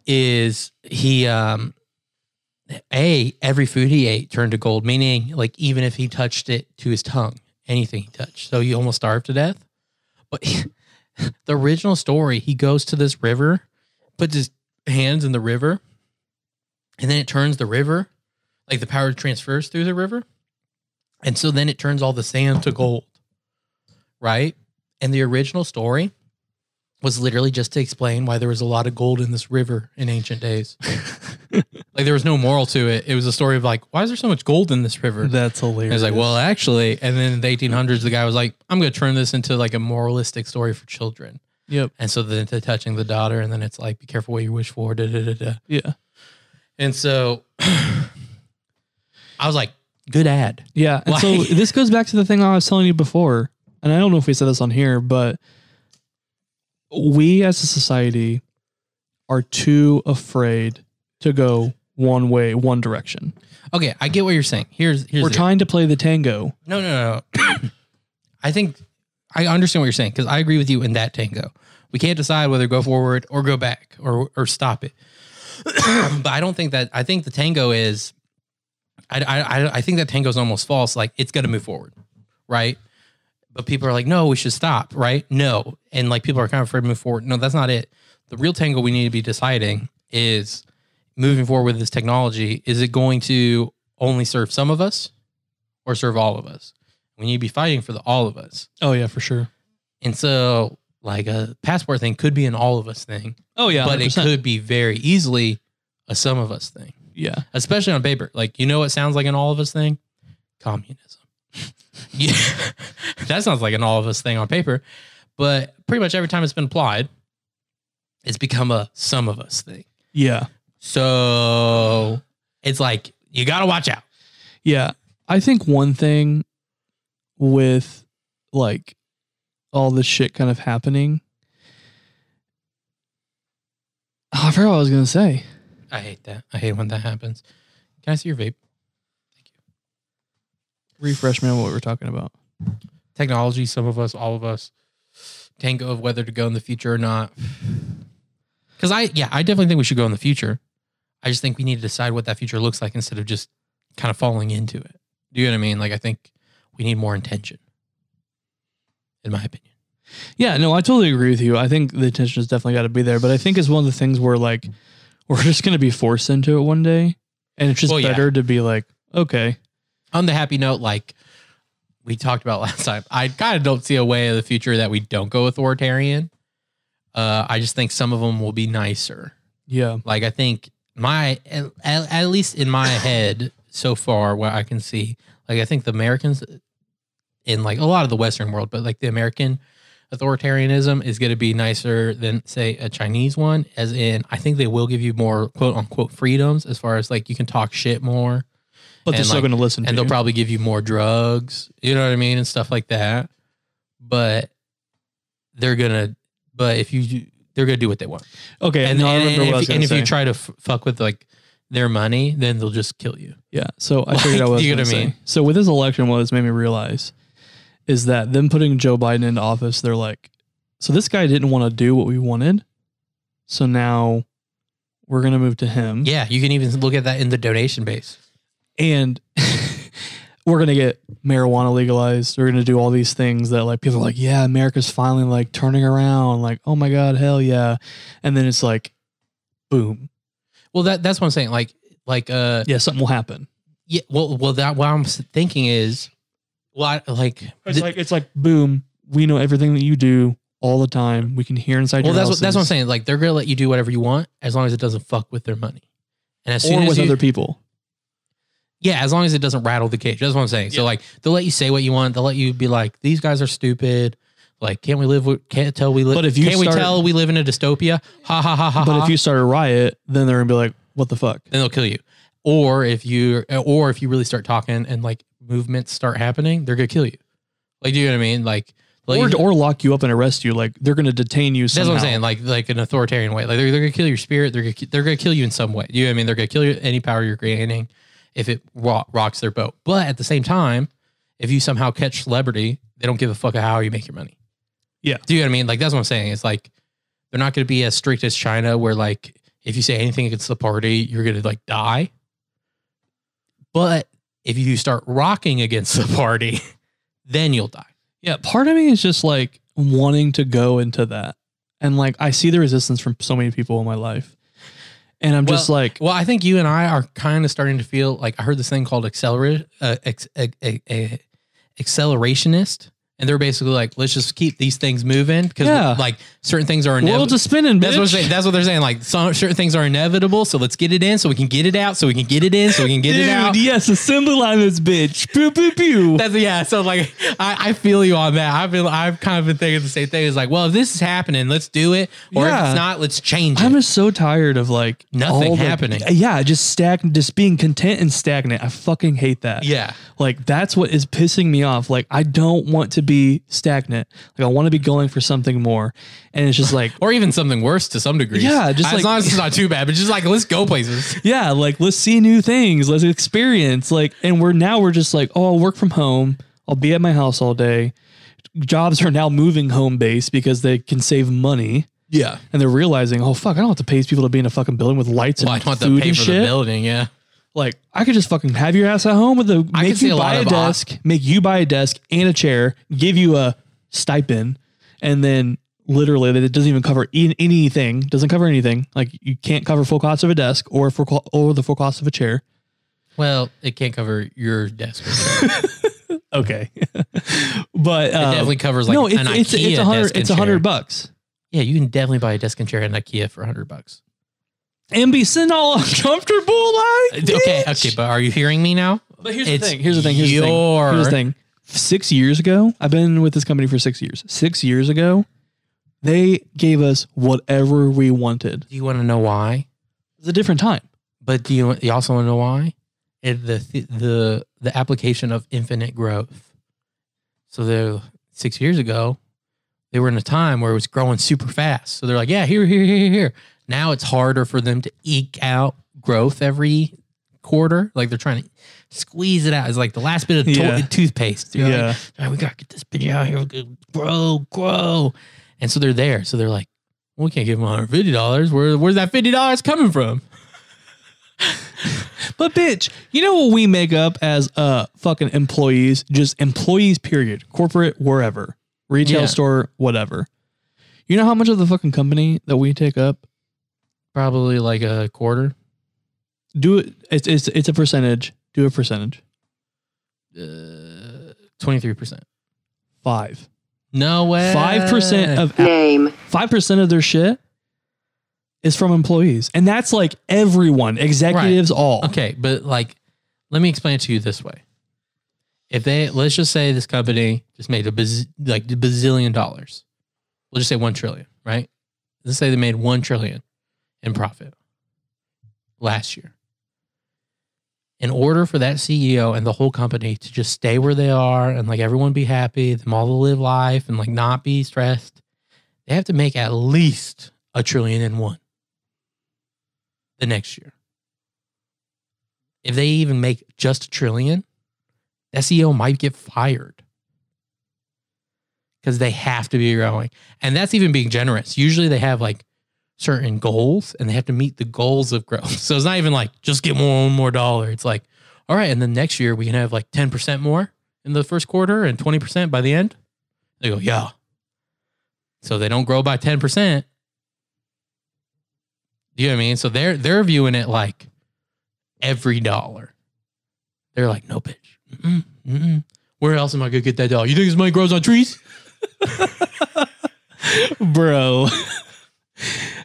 C: is he um a every food he ate turned to gold, meaning like even if he touched it to his tongue, anything he touched, so he almost starved to death. But the original story, he goes to this river, puts his hands in the river, and then it turns the river, like the power transfers through the river. And so then it turns all the sand to gold. Right? And the original story was literally just to explain why there was a lot of gold in this river in ancient days. like there was no moral to it. It was a story of like, why is there so much gold in this river?
B: That's
C: And
B: hilarious.
C: it's like, well, actually, and then in the 1800s, the guy was like, I'm going to turn this into like a moralistic story for children.
B: Yep.
C: And so then to touching the daughter, and then it's like, be careful what you wish for. Da, da, da, da.
B: yeah,
C: And so I was like, good ad.
B: yeah. And so
C: Like-
B: this goes back to the thing I was telling you before, and I don't know if we said this on here, but we as a society are too afraid to go one way, one direction.
C: Okay, I get what you're saying. Here's here's
B: We're
C: the-
B: trying to play the tango.
C: No, no, no. no. I think I understand what you're saying because I agree with you in that tango. We can't decide whether go forward or go back or or stop it. but I don't think that. I think the tango is. I I I- I think that tango is almost false. Like it's going to move forward, right? But people are like, no, we should stop, right? No, and like people are kind of afraid to move forward. No, that's not it. The real tango we need to be deciding is moving forward with this technology. Is it going to only serve some of us? or serve all of us. We need to be fighting for the all of us.
B: Oh yeah, for sure.
C: And so, like a passport thing could be an all of us thing,
B: Oh yeah,
C: but it
B: 100%.
C: could be very easily a some of us thing,
B: Yeah.
C: especially on paper. Like, you know what sounds like an all of us thing? Communism. yeah, that sounds like an all of us thing on paper, but pretty much every time it's been applied, it's become a some of us thing.
B: Yeah.
C: So it's like, you got to watch out.
B: Yeah. I think one thing with like all this shit kind of happening. Oh, I forgot what I was gonna say.
C: I hate that. I hate when that happens. Can I see your vape?
B: Refresh me on what we were talking about.
C: technology, some of us, all of us, tango of whether to go in the future or not. Because I, yeah, I definitely think we should go in the future. I just think we need to decide what that future looks like instead of just kind of falling into it. Do you know what I mean? Like, I think we need more intention, in my opinion.
B: Yeah, no, I totally agree with you. I think the attention has definitely got to be there, but I think it's one of the things where like we're just going to be forced into it one day, and it's just
C: Well, yeah.
B: better to be like, okay,
C: On the happy note, like we talked about last time, I kind of don't see a way of the future that we don't go authoritarian. Uh, I just think some of them will be nicer.
B: yeah,
C: Like I think my at, at least in my head so far what I can see, like I think the Americans in like a lot of the Western world, but like the American authoritarianism is going to be nicer than say a Chinese one. As in, I think they will give you more quote unquote freedoms as far as like you can talk shit more
B: but they're
C: And,
B: still
C: like-
B: going to listen.
C: and
B: to
C: they'll
B: you.
C: probably give you more drugs, you know what I mean, and stuff like that. But they're gonna, but if you, do- they're gonna do what they want.
B: okay,
C: And,
B: no, I
C: and-
B: remember
C: and
B: what I
C: if,
B: was
C: and
B: going to
C: if you
B: say.
C: try to f- fuck with like their money, then they'll just kill you.
B: Yeah. So I figured
C: Like,
B: out what I was
C: you know
B: gonna
C: what I
B: say.
C: mean?
B: So with this election, what this made me realize is that them putting Joe Biden into office, they're like, so this guy didn't want to do what we wanted, so now we're gonna move to him,
C: Yeah, you can even look at that in the donation base.
B: and we're gonna get marijuana legalized. We're gonna do all these things that like people are like, yeah, America's finally like turning around, like oh my god, hell yeah, and then it's like, boom,
C: Well, that that's what I'm saying. Like, like uh,
B: yeah, something will happen.
C: yeah. Well, well, that what I'm s- thinking is, what like,
B: It's
C: th-
B: like it's like boom. We know everything that you do all the time. We can hear inside
C: well,
B: your
C: that's what that's what I'm
B: houses
C: saying. Like, they're gonna let you do whatever you want as long as it doesn't fuck with their money. And as soon
B: Or
C: as
B: with
C: you,
B: other people.
C: Yeah, as long as it doesn't rattle the cage. That's what I'm saying. So like they'll let you say what you want. They'll let you be like, these guys are stupid. Like, can't we live? With, can't tell we live.
B: But if you
C: can't we
B: start-
C: tell we live in a dystopia? Ha ha ha ha.
B: But
C: ha.
B: if you start a riot, then they're gonna be like, "What the fuck?"
C: then they'll kill you. Or if you, or if you really start talking and like movements start happening, they're gonna kill you. Like, do you know what I mean? Like, like
B: Or, or lock you up and arrest you. Like they're gonna detain you.
C: that's
B: Somehow.
C: what I'm saying. Like, like an authoritarian way. Like, they're, they're gonna kill your spirit. They're gonna, they're gonna kill you in some way. You know what I mean? They're gonna kill you any power you're creating if it ro- rocks their boat. But at the same time, if you somehow catch celebrity, they don't give a fuck how you make your money.
B: Yeah.
C: Do you know what I mean? Like, that's what I'm saying. It's like they're not gonna be as strict as China, where like if you say anything against the party, you're gonna like die. But if you start rocking against the party, then you'll die.
B: Yeah, part of me is just like wanting to go into that, and like I see the resistance from so many people in my life, and I'm just
C: Well,
B: like,
C: Well, I think you and I are kind of starting to feel like I heard this thing called accelerate, uh, ex, a, a, a- accelerationist, and they're basically like, let's just keep these things moving because
B: Yeah.
C: like certain things are inevitable.
B: "World's a spinning, bitch."
C: that's what, I'm saying. that's what they're saying. Like, some certain things are inevitable, so let's get it in, so we can get it out, so we can get it in, so we can get
B: Dude,
C: it out.
B: yes, assembly line this bitch. Pew pew pew.
C: That's yeah. So like, I, I feel you on that. I've been I've kind of been thinking the same thing. It's like, well, if this is happening, let's do it, or if
B: Yeah.
C: it's not, let's change it.
B: I'm just so tired of like
C: Nothing
B: all the-
C: happening.
B: yeah, just stagnant, just being content and stagnant. I fucking hate that.
C: yeah.
B: Like that's what is pissing me off. Like I don't want to be stagnant. Like I want to be going for something more. And it's just like,
C: or even something worse to some degree.
B: Yeah, just
C: as
B: like-
C: long as it's not too bad, but just like let's go places.
B: yeah, like let's see new things, let's experience. Like, and we're now we're just like, oh, I'll work from home. I'll be at my house all day. Jobs are now moving home base because they can save money.
C: Yeah,
B: And they're realizing, oh fuck, I don't have to pay these people to be in a fucking building with lights
C: well, I
B: and
C: don't have to
B: food
C: pay
B: and
C: for
B: shit.
C: the building. Yeah,
B: Like I could just fucking have your ass at home with a
C: I could
B: make
C: see
B: you
C: a lot
B: buy a
C: of op-
B: desk, make you buy a desk and a chair, give you a stipend, and then literally that it doesn't even cover in, anything. Doesn't cover anything. Like you can't cover full cost of a desk or full co- or the full cost of a chair.
C: well, it can't cover your desk. It
B: Okay, but uh,
C: definitely covers like
B: no,
C: an
B: it's
C: IKEA
B: it's it's a
C: desk
B: hundred
C: and
B: it's a hundred
C: chair.
B: bucks.
C: Yeah, you can definitely buy a desk and chair at IKEA for hundred bucks.
B: And be sitting all uncomfortable like
C: Uh, Okay,
B: bitch.
C: okay, but are you hearing me now?
B: But here's
C: It's
B: the thing. Here's the thing. Here's the
C: your-
B: thing. Here's the thing. Six years ago, I've been with this company for six years. Six years ago, they gave us whatever we wanted.
C: Do you want to know why?
B: It's a different time.
C: But do you, you also want to know why? It, the th- the the application of infinite growth. So they're six years ago, they were in a time where it was growing super fast. So they're like, yeah, here, here, here, here. Now it's harder for them to eke out growth every quarter. Like they're trying to squeeze it out. It's like the last bit of to-
B: Yeah.
C: toothpaste. You're like,
B: Yeah.
C: "All right, we gotta get this bitch out here, We gotta grow, grow. And so they're there. So they're like, we can't give him $150. Where, where's that $50 coming from?
B: But bitch, you know what we make up as uh fucking employees, just employees period, corporate wherever, retail
C: Yeah.
B: store whatever. You know how much of the fucking company that we take up?
C: Probably like a quarter.
B: Do it it's it's it's a percentage. Do a percentage.
C: Uh, 23%.
B: 5.
C: No way.
B: 5% of
E: name,
B: 5% of their shit is from employees. And that's like everyone, executives all.
C: Okay, but like, let me explain it to you this way. If they let's just say this company just made a baz- like a bazillion dollars, we'll just say one trillion, right? Let's say they made one trillion in profit last year. In order for that CEO and the whole company to just stay where they are and like everyone be happy, them all to live life and like not be stressed, they have to make at least a trillion and one the next year if they even make just a trillion, that CEO might get fired because they have to be growing. And that's even being generous. Usually they have like certain goals and they have to meet the goals of growth. So it's not even like just get more, one more dollar. It's like, all right, and then next year we can have like 10% more in the first quarter and 20% by the end. They go, yeah. So they don't grow by 10%. Do you know what I mean? So they're they're viewing it like every dollar. They're like, no, bitch. Mm-mm, mm-mm. Where else am I gonna get that dollar? You think this money grows on trees?
B: bro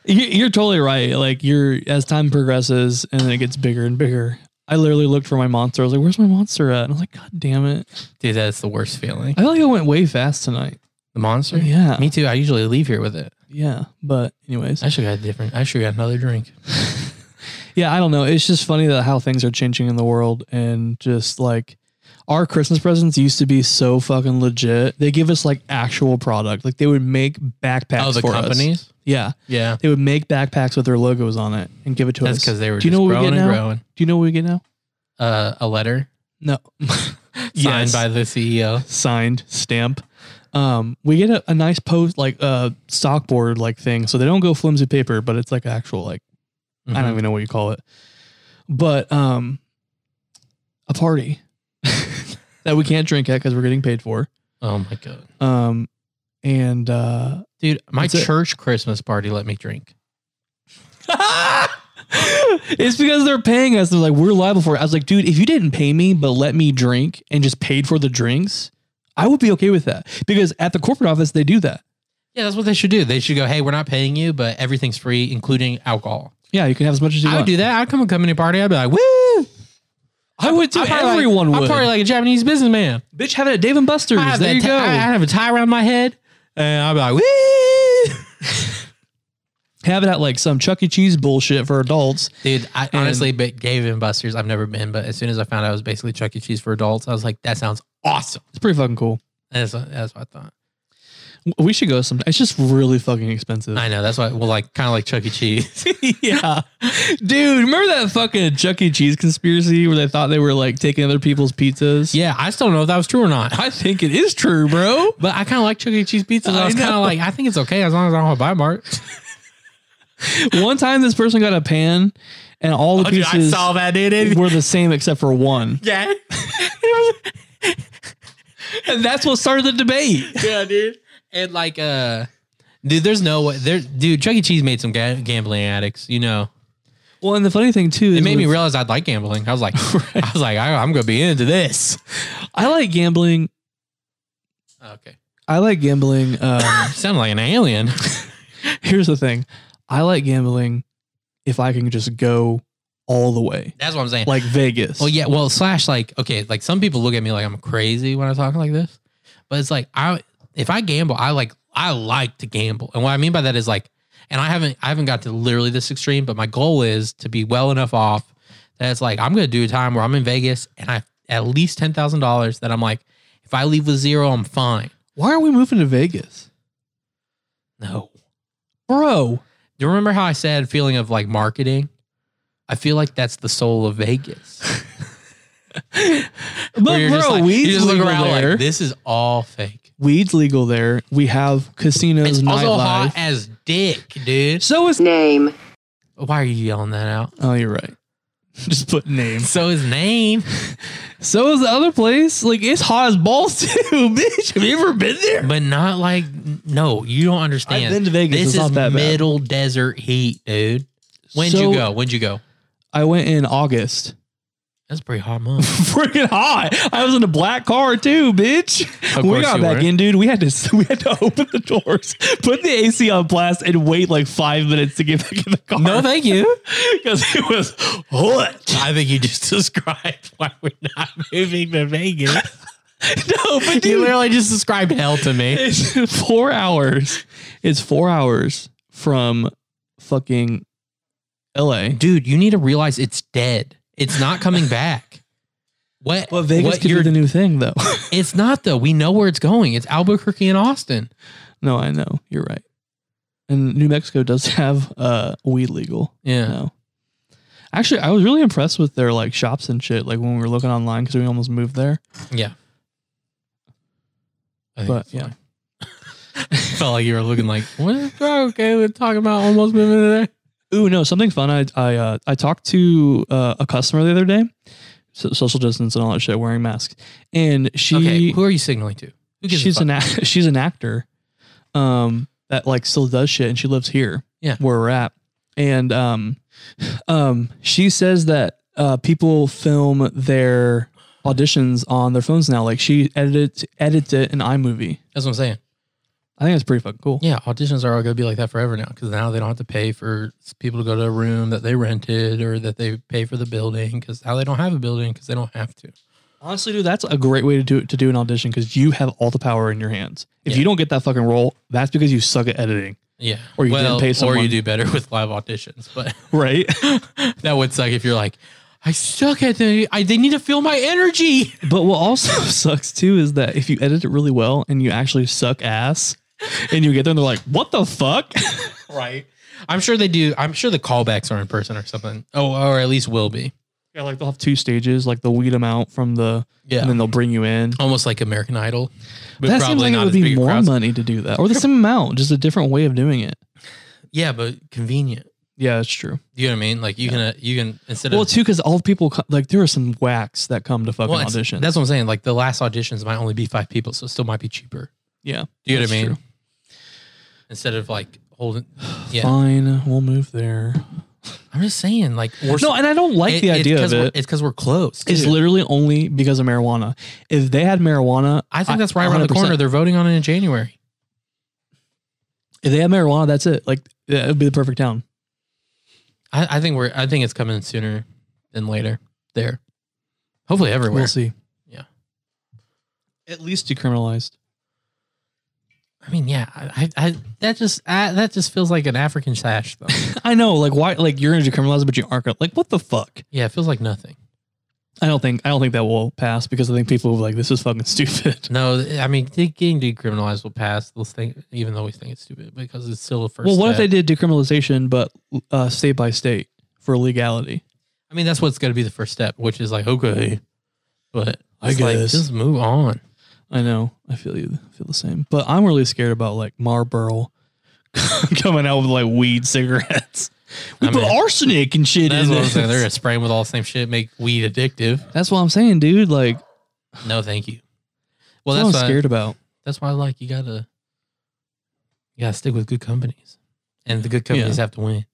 B: You- you're totally right like you're as time progresses and then it gets bigger and bigger i literally looked for my monster i was like where's my monster at and i was like god damn it
C: Dude, that's the worst feeling.
B: i feel like i went way fast tonight
C: The monster.
B: yeah
C: Me too. I usually leave here with it.
B: yeah but anyways
C: I should got a different. I should got another drink.
B: yeah i don't know it's just funny that how things are changing in the world and just like our christmas presents used to be so fucking legit they give us like actual product like they would make backpacks
C: oh, the
B: for us.
C: companies.
B: yeah
C: Yeah,
B: they would make backpacks with their logos on it and give it to
C: that's
B: us
C: because they were
B: do you know
C: just
B: what we
C: growing
B: get
C: and
B: now
C: growing.
B: do you know what we get now
C: Uh, a letter
B: No.
C: signed
B: Yes.
C: by the E CEO.
B: Signed stamp. Um, we get a, a nice post like a uh, stock board like thing. So they don't go flimsy paper, but it's like actual like I
C: Mm-hmm.
B: don't even know what you call it. But um a party that we can't drink at because we're getting paid for.
C: Oh my god,
B: Um and uh
C: dude! My
B: That's it.
C: church Christmas party let me drink.
B: it's because they're paying us. They're like, we're liable for it. I was like, dude, if you didn't pay me, but let me drink and just paid for the drinks, I would be okay with that. Because at the corporate office, they do that.
C: Yeah, that's what they should do. They should go, "Hey, we're not paying you, but everything's free, including alcohol."
B: Yeah, you can have as much as you
C: I would
B: want.
C: do that. I'd come to a company party. I'd be like, "Woo!"
B: I would too.
C: I'm probably
B: Everyone
C: like,
B: would.
C: I'm probably like a Japanese businessman.
B: Bitch, have it at Dave and Buster's.
C: I have,
B: There
C: that
B: you
C: ti-
B: go.
C: I I'd have a tie around my head, and I'd be like, "Woo!"
B: have it at like some Chuck E. Cheese bullshit for adults.
C: Dude, I honestly, but Dave and Buster's, I've never been, but as soon as I found out it was basically Chuck E. Cheese for adults, I was like, "That sounds awesome."
B: It's pretty fucking cool.
C: That's what, that's what I thought.
B: W- We should go sometime. It's just really fucking expensive.
C: I know. That's why. Well, like kind of like Chuck E. Cheese.
B: yeah. Dude, remember that fucking Chuck E. Cheese conspiracy where they thought they were like taking other people's pizzas?
C: yeah, I still don't know if that was true or not.
B: I think it is true, bro.
C: But I kind of like Chuck E. Cheese pizza. so I
B: I
C: was kind of
B: know.
C: like, I think it's okay as long as I don't have buy mart.
B: One time this person got a pan and all the pieces
C: that, Oh, dude. It-
B: were the same except for one.
C: Yeah.
B: And that's what started the debate.
C: yeah, dude. And like, uh, dude, there's no way. There, dude, Chuck E. Cheese made some ga- gambling addicts. You know,
B: Well, and the funny thing too, is
C: it made me
B: with-
C: realize I'd like gambling. I was like, I was like, I, I'm gonna be into this.
B: I like gambling.
C: Okay,
B: I like gambling. Um,
C: you sound like an alien.
B: here's the thing I like gambling if I can just go all the way,
C: That's what I'm saying.
B: like Vegas.
C: Well, Oh, yeah. Well, slash, like, okay, like some people look at me like I'm crazy when I talk like this, but it's like I, if I gamble, I like, I like to gamble, and what I mean by that is like, and I haven't, I haven't got to literally this extreme, but my goal is to be well enough off that it's like I'm gonna do a time where I'm in Vegas and I at least ten thousand dollars that I'm like, if I leave with zero, I'm fine.
B: Why are we moving to Vegas?
C: No.
B: Bro,
C: Do you remember how I said feeling of like marketing? I feel like that's the soul of Vegas.
B: but
C: Where you're
B: bro,
C: just like-
B: weed's
C: you just look
B: legal
C: around
B: there.
C: like this is all fake.
B: weed's legal there. We have casinos,
C: It's also
B: nightlife.
C: hot as dick, dude.
B: So is
E: name,
C: Why are you yelling that out?
B: oh, you're right. Just put name.
C: So his name.
B: So is the other place. Like it's hot as balls too, bitch. Have you ever been there?
C: But not like no, you don't understand.
B: I've been to Vegas.
C: this
B: it's
C: is
B: not that bad.
C: middle desert heat, dude. When'd
B: So-
C: you go? When'd you go?
B: I went in August.
C: That's a pretty hot month.
B: Freaking hot. I was in a black car too, bitch.
C: Of
B: we
C: course
B: got
C: you
B: back
C: were.
B: in, dude. We had to we had to open the doors, put the AC on blast, and wait like five minutes to get back in the car.
C: no, thank you.
B: because it was hot.
C: I think you just described why we're not moving to Vegas.
B: No, but
C: you
B: dude,
C: literally just described hell to me.
B: it's four hours. It's four hours from fucking L.A.
C: Dude, you need to realize it's dead. It's not coming back. What?
B: But Vegas
C: what
B: could be
C: you're-
B: the new thing, though.
C: It's not though. We know where it's going. It's Albuquerque and Austin.
B: no, I know you're right. And New Mexico does have uh, weed legal.
C: Yeah.
B: No. Actually, I was really impressed with their like shops and shit. Like when we were looking online because we almost moved there.
C: Yeah. I think
B: But,
C: that's fine. Felt like you were looking like, what is wrong? Okay, we're talking about almost moving to there.
B: Ooh, no, something fun. I I uh, I talked to uh, a customer the other day, so, social distance and all that shit, wearing masks, and she
C: Okay, who are you signaling to? Who gives a
B: she's
C: fuck?
B: an act- she's an actor, um, that like still does shit, and she lives here,
C: Yeah.
B: where we're at, and um, um, she says that uh, people film their auditions on their phones now. Like she edited edits it in iMovie.
C: That's what I'm saying.
B: I think that's pretty fucking cool.
C: Yeah, auditions are all going to be like that forever now because now they don't have to pay for s- people to go to a room that they rented or that they pay for the building because now they don't have a building because they don't have to.
B: Honestly, dude, that's a great way to do to do an audition because you have all the power in your hands. If
C: Yeah.
B: you don't get that fucking role, that's because you suck at editing,
C: Yeah.
B: Or you didn't pay
C: Or
B: someone.
C: you do better with live auditions. But
B: right?
C: that would suck if you're like, I suck at the, I, they need to feel my energy.
B: but what also sucks too is that if you edit it really well and you actually suck ass, and you get there and they're like, "What the fuck?"
C: Right. I'm sure they do. I'm sure the callbacks are in person or something. Oh, or at least will be.
B: yeah, like they'll have two stages, like they'll weed them out from the,
C: Yeah.
B: and then they'll bring you in.
C: Almost like American Idol. But
B: that seems like it would be
C: a
B: more
C: crowd.
B: money to do that, or the same amount, just a different way of doing it.
C: Yeah, but convenient.
B: Yeah, it's true.
C: You know what I mean? Like you can, uh, you can, instead
B: Well,
C: of,
B: too, because all the people co- like there are some whacks that come to fucking
C: Well, it's-
B: audition.
C: That's what I'm saying. Like the last auditions might only be five people, so it still might be cheaper.
B: yeah,
C: Do you know what I
B: that's
C: mean?
B: true.
C: Instead of like holding, yeah.
B: Fine, we'll move there.
C: I'm just saying, like, we're
B: No, and I don't like
C: it-
B: the
C: it's
B: idea
C: 'cause
B: of
C: we're-
B: it.
C: It's because we're close.
B: It's
C: too.
B: literally only because of marijuana. If they had marijuana,
C: I think that's right around the corner.
B: 100%.
C: They're voting on it in January.
B: If they had marijuana, that's it. Like yeah, it would be the perfect town.
C: I, I think we're. I think it's coming sooner than later. There, hopefully everywhere.
B: We'll see.
C: Yeah.
B: at least decriminalized.
C: I mean, yeah. I, I, I that just I, that just feels like an African sash, though.
B: I know. Like why? Like you're going to decriminalize, it, but you aren't going. to Like what the fuck?
C: yeah, it feels like nothing.
B: I don't think. I don't think that will pass because I think people will be like this is fucking stupid.
C: No, I mean, de- getting decriminalized will pass. They'll think, even though we think it's stupid, because it's still a first.
B: well, what if
C: step.
B: they did decriminalization but uh, state by state for legality?
C: I mean, that's what's going to be the first step, which is like, okay, but
B: I
C: it's like,
B: guess.
C: just move on.
B: I know. I feel you. I feel the same. But I'm really scared about like Marlboro coming out with like weed cigarettes. We
C: I
B: put
C: mean,
B: arsenic and shit
C: That's
B: in
C: what I'm saying. They're
B: it.
C: going to spray 'em with all the same shit, make weed addictive.
B: That's what I'm saying, dude. Like,
C: No, thank you. Well,
B: that's
C: that's
B: what
C: why,
B: I'm scared about.
C: that's why, like, you gotta, you gotta stick with good companies, and the good companies have to win.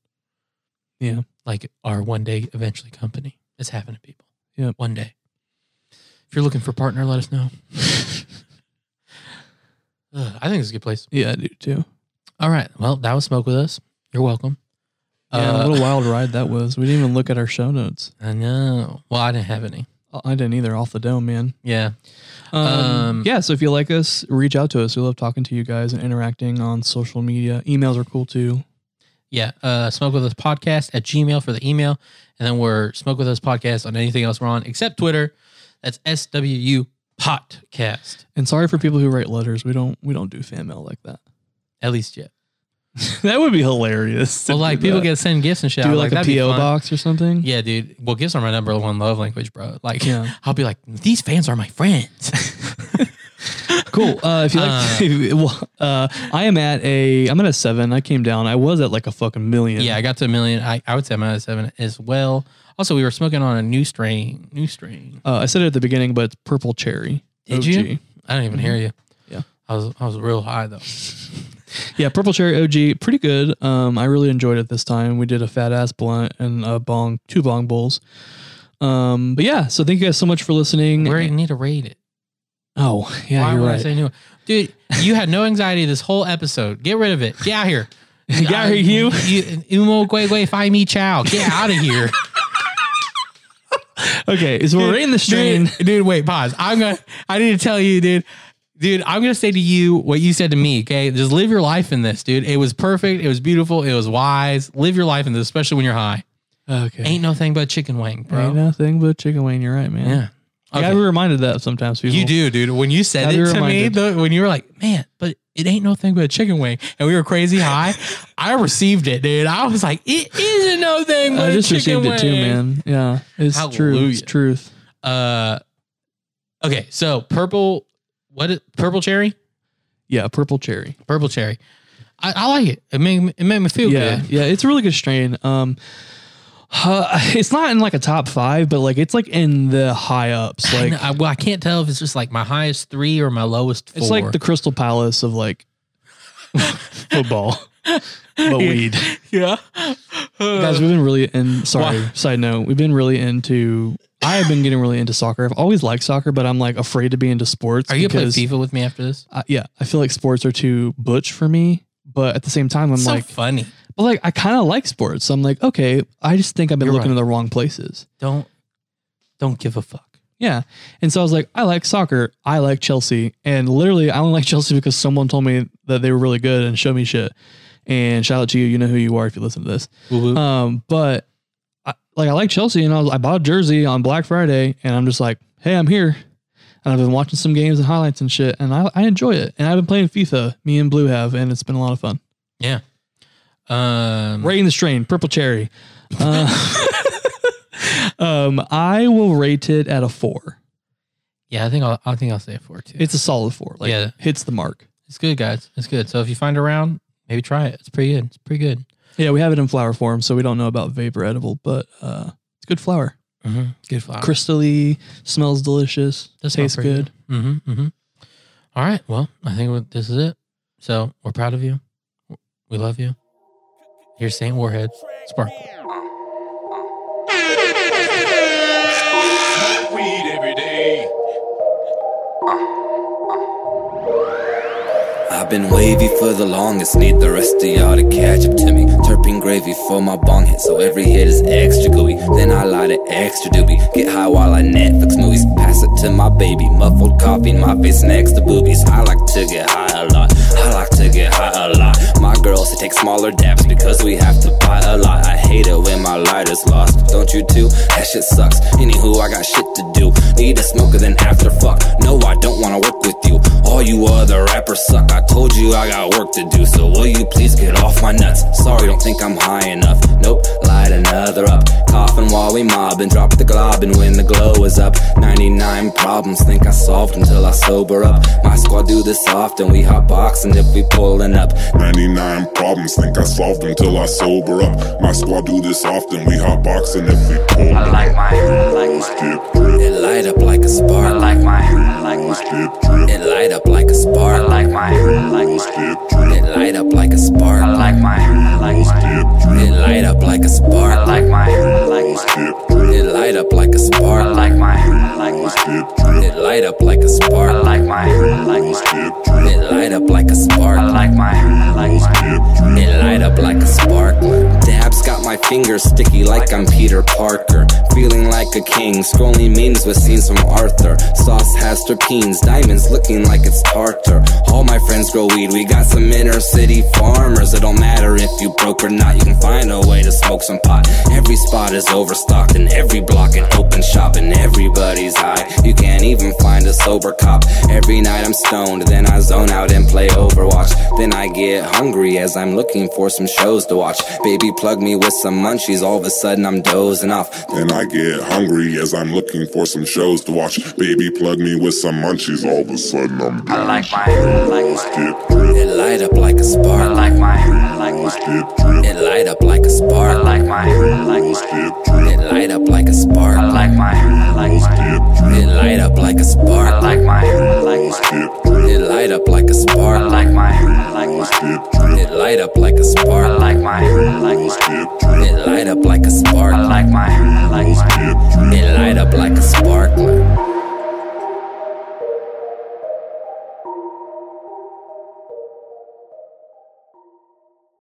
B: Yeah.
C: like our one day eventually company. It's happening, people.
B: Yep.
C: one day. If you're looking for a partner, let us know. Ugh, I think it's a good place.
B: Yeah, I do too.
C: All right. Well, that was smoke with us. You're welcome.
B: Yeah,
C: Uh,
B: what a wild ride that was. We didn't even look at our show notes.
C: I know. Well, I didn't have any.
B: I- I didn't either. Off the dome, man.
C: Yeah.
B: Um,
C: Um,
B: yeah. So if you like us, reach out to us. We love talking to you guys and interacting on social media. Emails are cool too.
C: Yeah. Uh, smoke with us podcast at Gmail for the email. And then we're smoke with us podcast on anything else we're on except Twitter. That's SWU podcast.
B: And sorry for people who write letters. We don't. We don't do fan mail like that.
C: At least yet.
B: that would be hilarious. to
C: Well, like
B: do
C: people
B: that.
C: get send gifts and shit.
B: do
C: I'm
B: like, a
C: that'd be
B: PO
C: fun.
B: box or something.
C: Yeah, dude. Well, gifts are my number one love language, bro. Like,
B: Yeah.
C: I'll be like, these fans are my friends.
B: Cool. Uh, if you like, if you- well, uh, I am at a, I'm at a seven. I came down. I was at like a fucking million.
C: Yeah, I got to a million. I, I would say I'm at a seven as well. Also, we were smoking on a new strain. New strain.
B: Uh, I said it at the beginning, but it's purple cherry.
C: Did
B: OG.
C: you? I didn't even hear you.
B: Mm-hmm. Yeah.
C: I was I was real high though.
B: Yeah, purple cherry OG, pretty good. Um, I really enjoyed it this time. We did a fat ass blunt and a bong, two bong bowls. Um, but yeah, so thank you guys so much for listening.
C: We already need to rate it.
B: Oh, yeah,
C: Why
B: you're
C: would
B: right.
C: I say new? Dude, you had no anxiety this whole episode. Get rid of it. Get out here.
B: Get out here, Hugh.
C: you umo guay guay fi me chow. Get out of here.
B: okay, so we're in the strain.
C: Dude, dude, wait, pause. I'm gonna I need to tell you, dude. Dude, I'm gonna say to you what you said to me, okay? Just live your life in this, dude. It was perfect, it was beautiful, it was wise. Live your life in this, especially when you're high.
B: Okay,
C: Ain't no thing but chicken wing, bro.
B: Ain't nothing but chicken wing. You're right, man.
C: Yeah.
B: I gotta be reminded of that sometimes. People,
C: You do, dude. When you said
B: Gotta be
C: it to me,
B: reminded.
C: though, when you were like, "Man, but it ain't no thing but a chicken wing," and we were crazy high, I received it, dude. I was like, "It isn't no thing but
B: I
C: a
B: just
C: chicken
B: received
C: wing."
B: it too, man. Yeah, it's true.
C: Hallelujah.
B: It's truth.
C: Uh, okay, so purple, what? Is, purple cherry,
B: Yeah, purple cherry.
C: purple cherry. I, I like it. It made me- it made me feel
B: yeah,
C: good.
B: yeah, it's a really good strain. Um, uh, it's not in like a top five, but like it's like in the high ups.
C: I
B: Like
C: know- I, well, I can't tell if it's just like my highest three or my lowest four.
B: it's like the Crystal Palace of like football, but weed.
C: yeah.
B: Guys, we've been really in. Sorry, side note. We've been really into. I have been getting really into soccer. I've always liked soccer, but I'm like afraid to be into sports.
C: Are you gonna
B: because
C: play FIFA with me after this?
B: I, yeah, I feel like sports are too butch for me. But at the same time, I'm
C: so
B: like,
C: funny.
B: but like I kind of like sports. So I'm like, okay, I just think I've been
C: You're
B: looking
C: right.
B: in the wrong places.
C: Don't don't give a fuck.
B: Yeah. And so I was like, I like soccer. I like Chelsea. And literally, I only like Chelsea because someone told me that they were really good and showed me shit. And shout out to you. You know who you are if you listen to this. Um, but I, like, I like Chelsea. And I, was, I bought a jersey on Black Friday. And I'm just like, hey, I'm here. And I've been watching some games and highlights and shit. And I, I enjoy it. And I've been playing FIFA. Me and Blue have. And it's been a lot of fun.
C: Yeah. Um,
B: Rating the strain, purple cherry. Uh, um, I will rate it at a four.
C: yeah, I think I'll, I think I'll say a four too. It's,
B: It's a solid four. Like
C: Yeah.
B: hits the mark.
C: it's good, guys. It's good. So if you find a round, maybe try it. It's pretty good. It's pretty good.
B: Yeah, we have it in flower form, so we don't know about vapor edible, but uh, it's good flower.
C: Mm-hmm. Good flower.
B: Crystally, smells delicious,
C: That's
B: tastes good.
C: Mm-hmm, mm-hmm. All right. Well, I think we- this is it. So we're proud of you. We love you. Here's Saint Warhead Sparkle.
G: Smoke weed every day.
H: I've been wavy for the longest, need the rest of y'all to catch up to me. Turpin gravy for my bong hit, so every hit is extra gooey. Then I light it extra doobie, get high while I Netflix movies. Pass it to my baby, muffled coffee, my face next to boobies. I like to get high a lot, I like to get high a lot. My girls, they take smaller dabs because we have to buy a lot. I hate it when my lighter's lost, don't you too? That shit sucks. Anywho, I got shit to do. Need a smoker, then after fuck. No, I don't wanna work with you. All you other rappers suck. I told you I got work to do, so will you please get off my nuts? Sorry, don't think I'm high enough. Nope, light another up. Coughing while we mobbing, drop the glob, and when the glow is up, 99 problems think I solved until I sober up. My squad do this often, we hot boxing if we pulling up.
G: 99 problems, think I solved them till I sober up. My squad do this often, we hot boxing if we pull. I
H: like my- I like
G: Let's
H: my-
G: dip drip.
H: It light up like a spark. I like my, I
G: Let's dip drip.
H: It light up like a spark. I like my, I
G: Let's dip drip.
H: It light up like a spark. I like my, I
G: Let's dip drip.
H: It light up like a spark. I like my, I
G: Let's dip drip.
H: It light up like a spark. I like my, I
G: Let's dip drip.
H: It light up like a spark. I like my, I
G: Let's dip drip.
H: It light up like a spark. I like my, I
G: Let's dip drip.
H: It light up like a spark. Dabs got my fingers sticky like I'm Peter Parker. Feeling like a king, scrolling memes with scenes from Arthur. Sauce has terpenes, diamonds looking like it's tartar. All my friends grow weed, we got some inner city farmers. It don't matter if you broke or not, you can find a way to smoke some pot. Every spot is overstocked, and every block an open shop, and everybody's high. You can't even find a sober cop. Every night I'm stoned, then I zone out and play Overwatch. Then I get hungry as I'm looking for some shows to watch. Baby, plug me with some munchies, all of a sudden I'm dozing off.
A: And I get hungry as I'm looking for some shows to watch. Baby, plug me with some munchies. All of a sudden, I'm down.
I: like mine, like
A: Girls
I: mine.
A: get dripped.
H: It light up like a
I: I
H: spark.
I: like mine, I like
A: Girls
I: mine.
A: get dripped.
H: It light up like a
I: I
H: spark.
I: like mine, I like
A: Girls
I: mine.
A: get dripped.
H: It light up like a
I: I
H: spark.
I: like mine, I like
A: Girls
I: mine.
A: get
H: It
A: dripped.
H: light up like a
I: I
H: spark.
I: like mine, I like
A: Girls
I: mine.
A: get dripped.
H: It light up like a
I: I
H: spark.
I: like mine, I like
A: Girls
I: mine.
A: get dripped.
H: It light up like
I: I
H: a spark.
I: like mine, I like
A: Girls
I: mine.
A: get dripped.
H: It light up like a
I: I
H: spark.
I: like mine, I like
A: Girls
I: mine.
A: get dripped.
H: It light up like a spark.